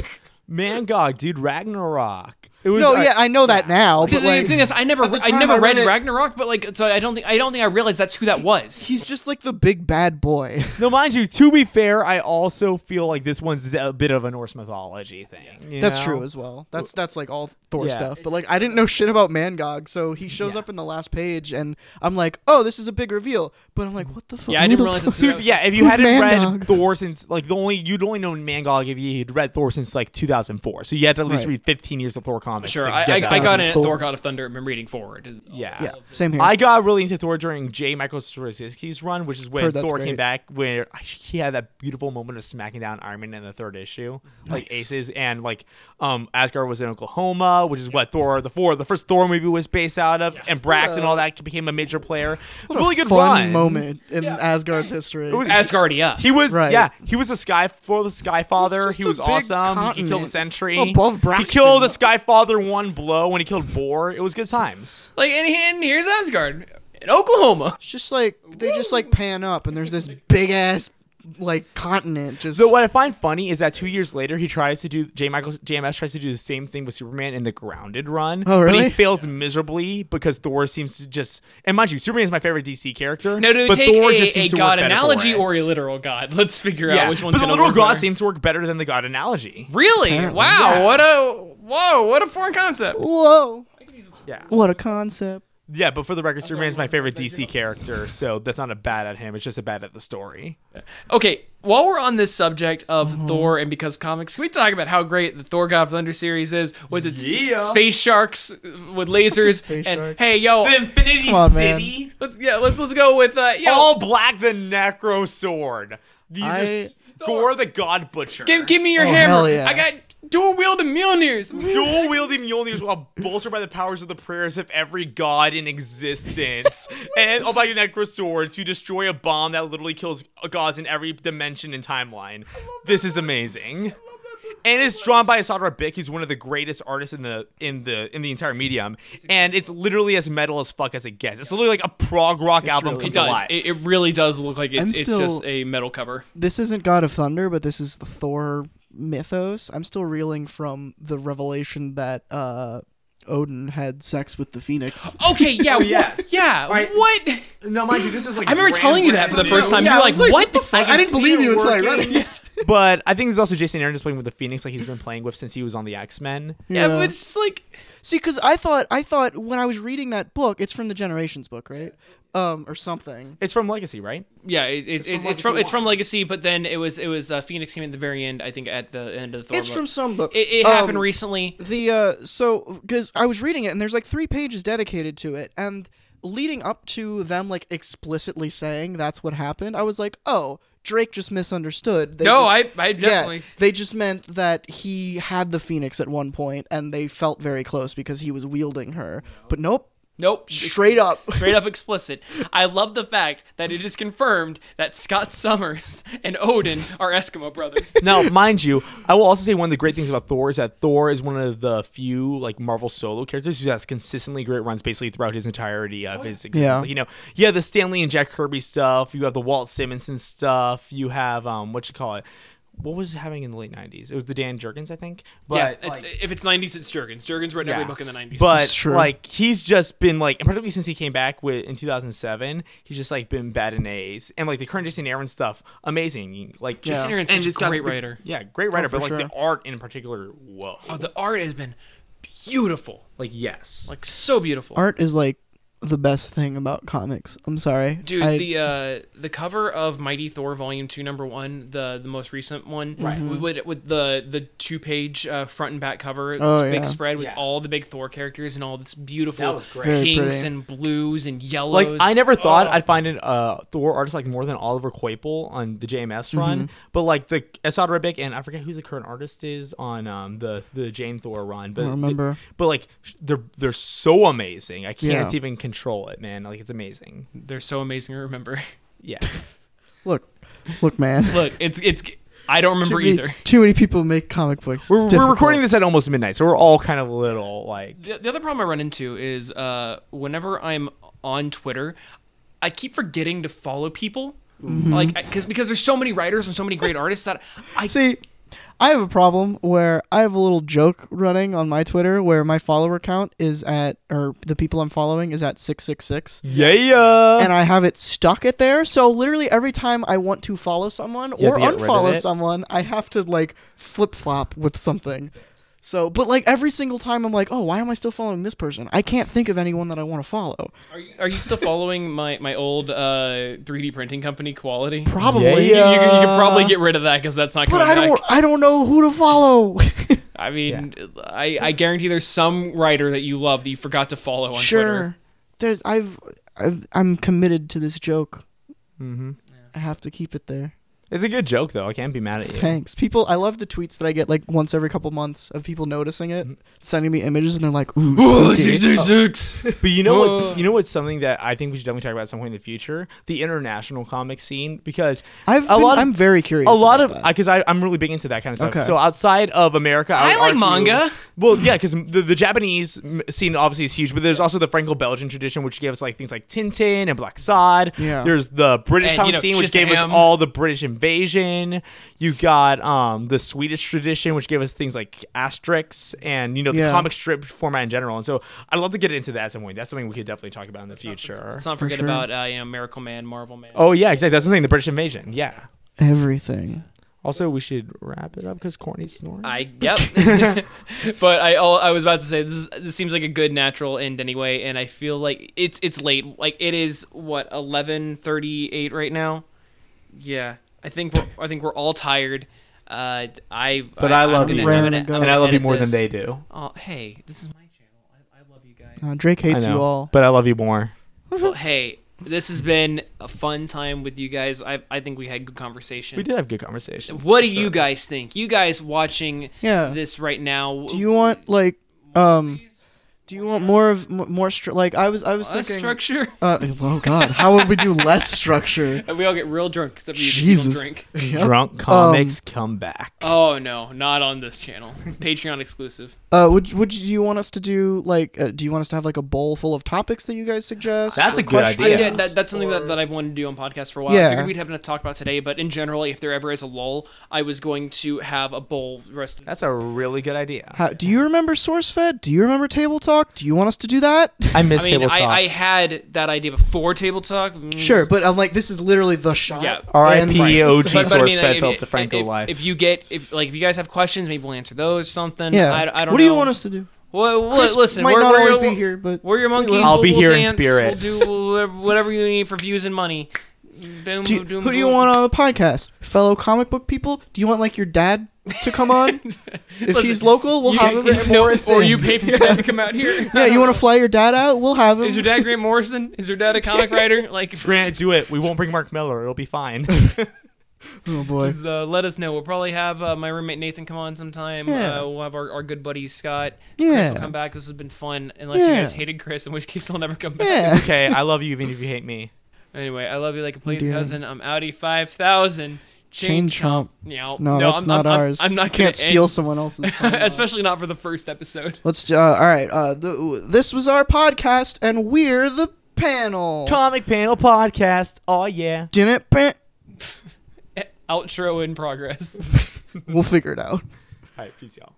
Mangog, dude, Ragnarok. It was no, I- yeah, I know that now. See, But the like, thing is, I never, at the I time never I read, read it- Ragnarok, but like, so I don't think, I don't think I realized that's who that was. he's just like the big bad boy. No, mind you. To be fair, I also feel like this one's a bit of a Norse mythology thing. you That's know? true as well. That's that's like all Thor Yeah. stuff. But like I didn't know shit about Mangog, so he shows Yeah. up in the last page and I'm like, "Oh, this is a big reveal." But I'm like, "What the fuck?" Yeah, I Who didn't the realize fuck? it's who that Dude, was. yeah, if you Who's hadn't Mandog? read Thor since like the only you'd only known Mangog if you had read Thor since like 2004, so you had to at least Right. read 15 years of Thor comics. Sure, to I, get I, that. I got in at Thor. Thor: God of Thunder and been reading forward. Yeah. Yeah, same here. I got really into Thor during J. Michael Straczynski's run, which is when Heard that's Thor came great. back, where he had that beautiful moment of smacking down Iron Man in the third issue, like Nice. Aces, and like um, Asgard was in Oklahoma, which is what Thor the four the first Thor movie was based out of, and Brax and all that became a major player. It was What a really good fun run. moment in Asgard's history. It was- Asgardia. He was Right. yeah. He was a sky for the Sky Father. just He a was big awesome. He continent killed the Sentry above He Braxton. killed the Sky Father one blow when he killed Boar. It was good times. like, and, and here's Asgard in Oklahoma. It's just like they just like pan up and there's this big ass like continent just So what I find funny is that two years later he tries to do J. Michael JMS tries to do the same thing with Superman in the Grounded run. Oh, But really? he fails miserably because Thor seems to just and mind you, Superman is my favorite DC character. Now, do we but take Thor a, just a seems to work god better for analogy it. or a literal god? Let's figure yeah. out which one's But the gonna literal work god better. seems to work better than the god analogy. Really? Apparently. Wow! Yeah. What a whoa! What a foreign concept. Whoa. Yeah. What a concept. Yeah, but for the record, Superman's my favorite DC character, so that's not a bad at him. It's just a bad at the story. Okay, while we're on this subject of Thor and because comics, can we talk about how great the Thor God of Thunder series is with its Yeah. space sharks uh, with lasers Space and sharks. hey yo, Infinity Come on, man. City? let's yeah let's let's go with uh, yo all black, the Necro Sword. These I- are s- Gore the God Butcher. give, give me your Oh, hammer. hell yeah. I got dual wielding Mjolnirs. Dual wielding Mjolnirs while bolstered by the powers of the prayers of every god in existence, and all by your Necro Sword to destroy a bomb that literally kills gods in every dimension and timeline. This is amazing. and it's drawn by Asad Rabic, who's one of the greatest artists in the in the in the entire medium. And it's literally as metal as fuck as it gets. It's literally like a prog rock album really come It to does. life. It, it really does look like it's I'm it's still- just a metal cover. This isn't God of Thunder, but this is the Thor mythos. I'm still reeling from the revelation that uh Odin had sex with the Phoenix. Okay, yeah, yes. what- yeah. right. What? no, mind you, this is like I remember telling you that for the first time. You're I like, was like, what the I fuck? can I didn't see believe it you until I read working. it. But I think there's also Jason Aaron just playing with the Phoenix, like he's been playing with since he was on the X Men. Yeah, but it's just like See, because I thought I thought when I was reading that book, it's from the Generations book, right? Um, or something. It's from Legacy, right? Yeah, it, it, it's, it's, Legacy from it's one. from Legacy, but then it was it was uh, Phoenix came at the very end. I think at the end of the Thor. It's book. from some book. It, it Um, happened recently. the uh so because i was reading it and there's like three pages dedicated to it and leading up to them like explicitly saying that's what happened i was like oh drake just misunderstood they No, just- I I definitely. yeah, they just meant that he had the phoenix at one point and they felt very close because he was wielding her but nope Nope. straight up Straight up explicit. I love the fact that it is confirmed that Scott Summers and Odin are Eskimo brothers. Now, mind you, I will also say one of the great things about Thor is that Thor is one of the few like Marvel solo characters who has consistently great runs basically throughout his entirety of his existence. Yeah. Like, you know, you have the Stanley and Jack Kirby stuff, you have the Walt Simonson stuff, you have um what you call it. What was it having in the late nineties? It was the Dan Jurgens, I think. yeah, But it's, like, if it's 90s, it's Jurgens. Jurgens wrote every yeah. book in the 90s. But It's true. like he's just been like, and particularly since he came back with in 2007, he's just like been bad in A's, and like the current Jason Aaron stuff, amazing. Like just Jason Aaron's and such a just got great the- writer. Yeah, great writer, Oh, for but like the sure. art in particular, whoa. oh, the art has been beautiful, Like yes, like like so beautiful. art is like the best thing about comics i'm sorry Dude, I- the uh, the cover of Mighty Thor Volume Two, Number One, the the most recent one, Right. With, with- with the the two page uh, front and back cover, this Oh, big yeah. spread with Yeah. all the big Thor characters and all this beautiful That was great. Very pinks pretty. and blues and yellows. like I never thought Oh. I'd find an uh, Thor artist like more than Oliver Quapel on the JMS Mm-hmm. run, but like the Esad Rebic and I forget who the current artist is on um the the Jane Thor run, but I don't remember. but like sh- they're they're so amazing. I can't Yeah. even control it, man. Like it's amazing. They're so amazing to remember. Yeah. look look man Look, it's it's I don't too remember many, either. too many people make comic books It's we're, we're difficult. recording this at almost midnight, so we're all kind of a little like The, the other problem I run into is uh, whenever I'm on Twitter, I keep Mm-hmm. forgetting to follow people. Like, I- cause because there's so many writers and so many great artists that I See, I have a problem where I have a little joke running on my Twitter where my follower count is at, or the people I'm following is at 666. Uh. Yeah. And I have it stuck at there. So literally every time I want to follow someone You or have to get rid of unfollow it? someone, I have to like flip flop with something. So, but like every single time I'm like, oh, why am I still following this person? I can't think of anyone that I want to follow. Are you, are you still following my my old uh, 3D printing company Quality? Probably. You, you, can, you can probably get rid of that because that's not. But coming I don't. Back. I don't know who to follow. I mean, I, I guarantee there's some writer that you love that you forgot to follow on sure. Twitter. There's. I've, I've. I'm committed to this joke. Mm-hmm. I have to keep it there. It's a good joke though. I can't be mad at you. Thanks, people. I love the tweets that I get like once every couple months of people noticing it, Mm-hmm. sending me images, and they're like, "Ooh, spooky." But you know Whoa. what? You know what's something that I think we should definitely talk about at some point in the future: the international comic scene, because I've. a been- lot of- I'm very curious. a lot about of that. because I, I'm really big into that kind of stuff. Okay. So outside of America, I, I would like argue- manga. Well, yeah, because the, the Japanese m- scene obviously is huge, but there's also the Franco-Belgian tradition, which gave us like things like Tintin and Black Sod. Yeah. There's the British And, you comic know, scene, which gave us Shazam. all the British invasion. You got um the Swedish tradition, which gave us things like Asterix and you know the Yeah. comic strip format in general. And so I'd love to get into that at some point. That's something we could definitely talk about in the future. Let's not For forget sure. about uh, you know Miracle Man, Marvel Man. Oh yeah, exactly. That's something the British invasion. Yeah. everything. Also, we should wrap it up because Corny's snoring. I yep. but I all I was about to say this is, this seems like a good natural end anyway, and I feel like it's it's late. Like it is what eleven thirty eight right now. Yeah, I think we're I think we're all tired. Uh, I But I I'm love gonna- you. I'm Raring gonna- to go. I'm and I gonna love you edit more this. than they do. Oh hey, this is my channel. I, I love you guys. Uh, Drake hates I know, you all. But I love you more. Well, hey, this has been a fun time with you guys. I I think we had good conversation. We did have good conversation. What do you guys think? You guys watching Yeah. this right now? Do you want like um? Do you want more of m- more stru- like I was I was a thinking structure? uh, oh god how would we do less structure And we all get real drunk except you Jesus. Jesus. drink. Drunk comics Um, come back. Oh no, not on this channel. Patreon exclusive. Uh, would would you, do you want us to do like? Uh, do you want us to have like a bowl full of topics that you guys suggest? That's or a good questions? I, idea. yeah, that, that's something that, that I've wanted to do on podcast for a while. I Yeah. figured we'd have enough to talk about today, but in general, if there ever is a lull, I was going to have a bowl rest. That's a really good idea. How, do you remember SourceFed? Do you remember Table Talk? Do you want us to do that? I miss I mean, tabletop. I, I had that idea before table talk. Mm. sure, but I'm like, this is literally the shot. Yeah. R.I.P. And- OG But- but I mean, E source fed if- Philip if- DeFranco if, life. If you get, if like, if you guys have questions, maybe we'll answer those. Something. Yeah. I, I don't know. what do you want us to do? Well, well, Chris listen, might we're, not we're, always we'll- be here, but We're your monkeys. I'll we'll, be we'll here in dance, spirit. We'll do whatever, whatever you need for views and money. Boom, Do you- boom, who do you boom. want on the podcast? Fellow comic book people? Do you want like your dad to come on? if Listen, he's local, we'll you- have him. you- no, or you pay for your dad to come out here. Yeah, you want to fly your dad out? We'll have him. Is your dad Grant Morrison? Is your dad a comic writer? Like, Grant, do it. We won't bring Mark Miller. It'll be fine. oh boy. just, uh, let us know. We'll probably have uh, my roommate Nathan come on sometime. Yeah. Uh, we'll have our, our good buddy Scott. Chris will Yeah. come back. This has been fun. Unless you Yeah. guys hated Chris, in which case he'll never come back. Yeah. okay, I love you even if you hate me. Anyway, I love you like a complete do. cousin. I'm Audi 5000. Chain chomp. Meow. No, that's I'm, not I'm, I'm- ours. I'm, not You going can't to steal someone else's. song. Especially not for the first episode. Let's. Uh, all right. Uh, th- this was our podcast, and we're the panel. Comic Panel Podcast. Oh, yeah. Didn't pan- Outro in progress. We'll figure it out. All right, peace, y'all.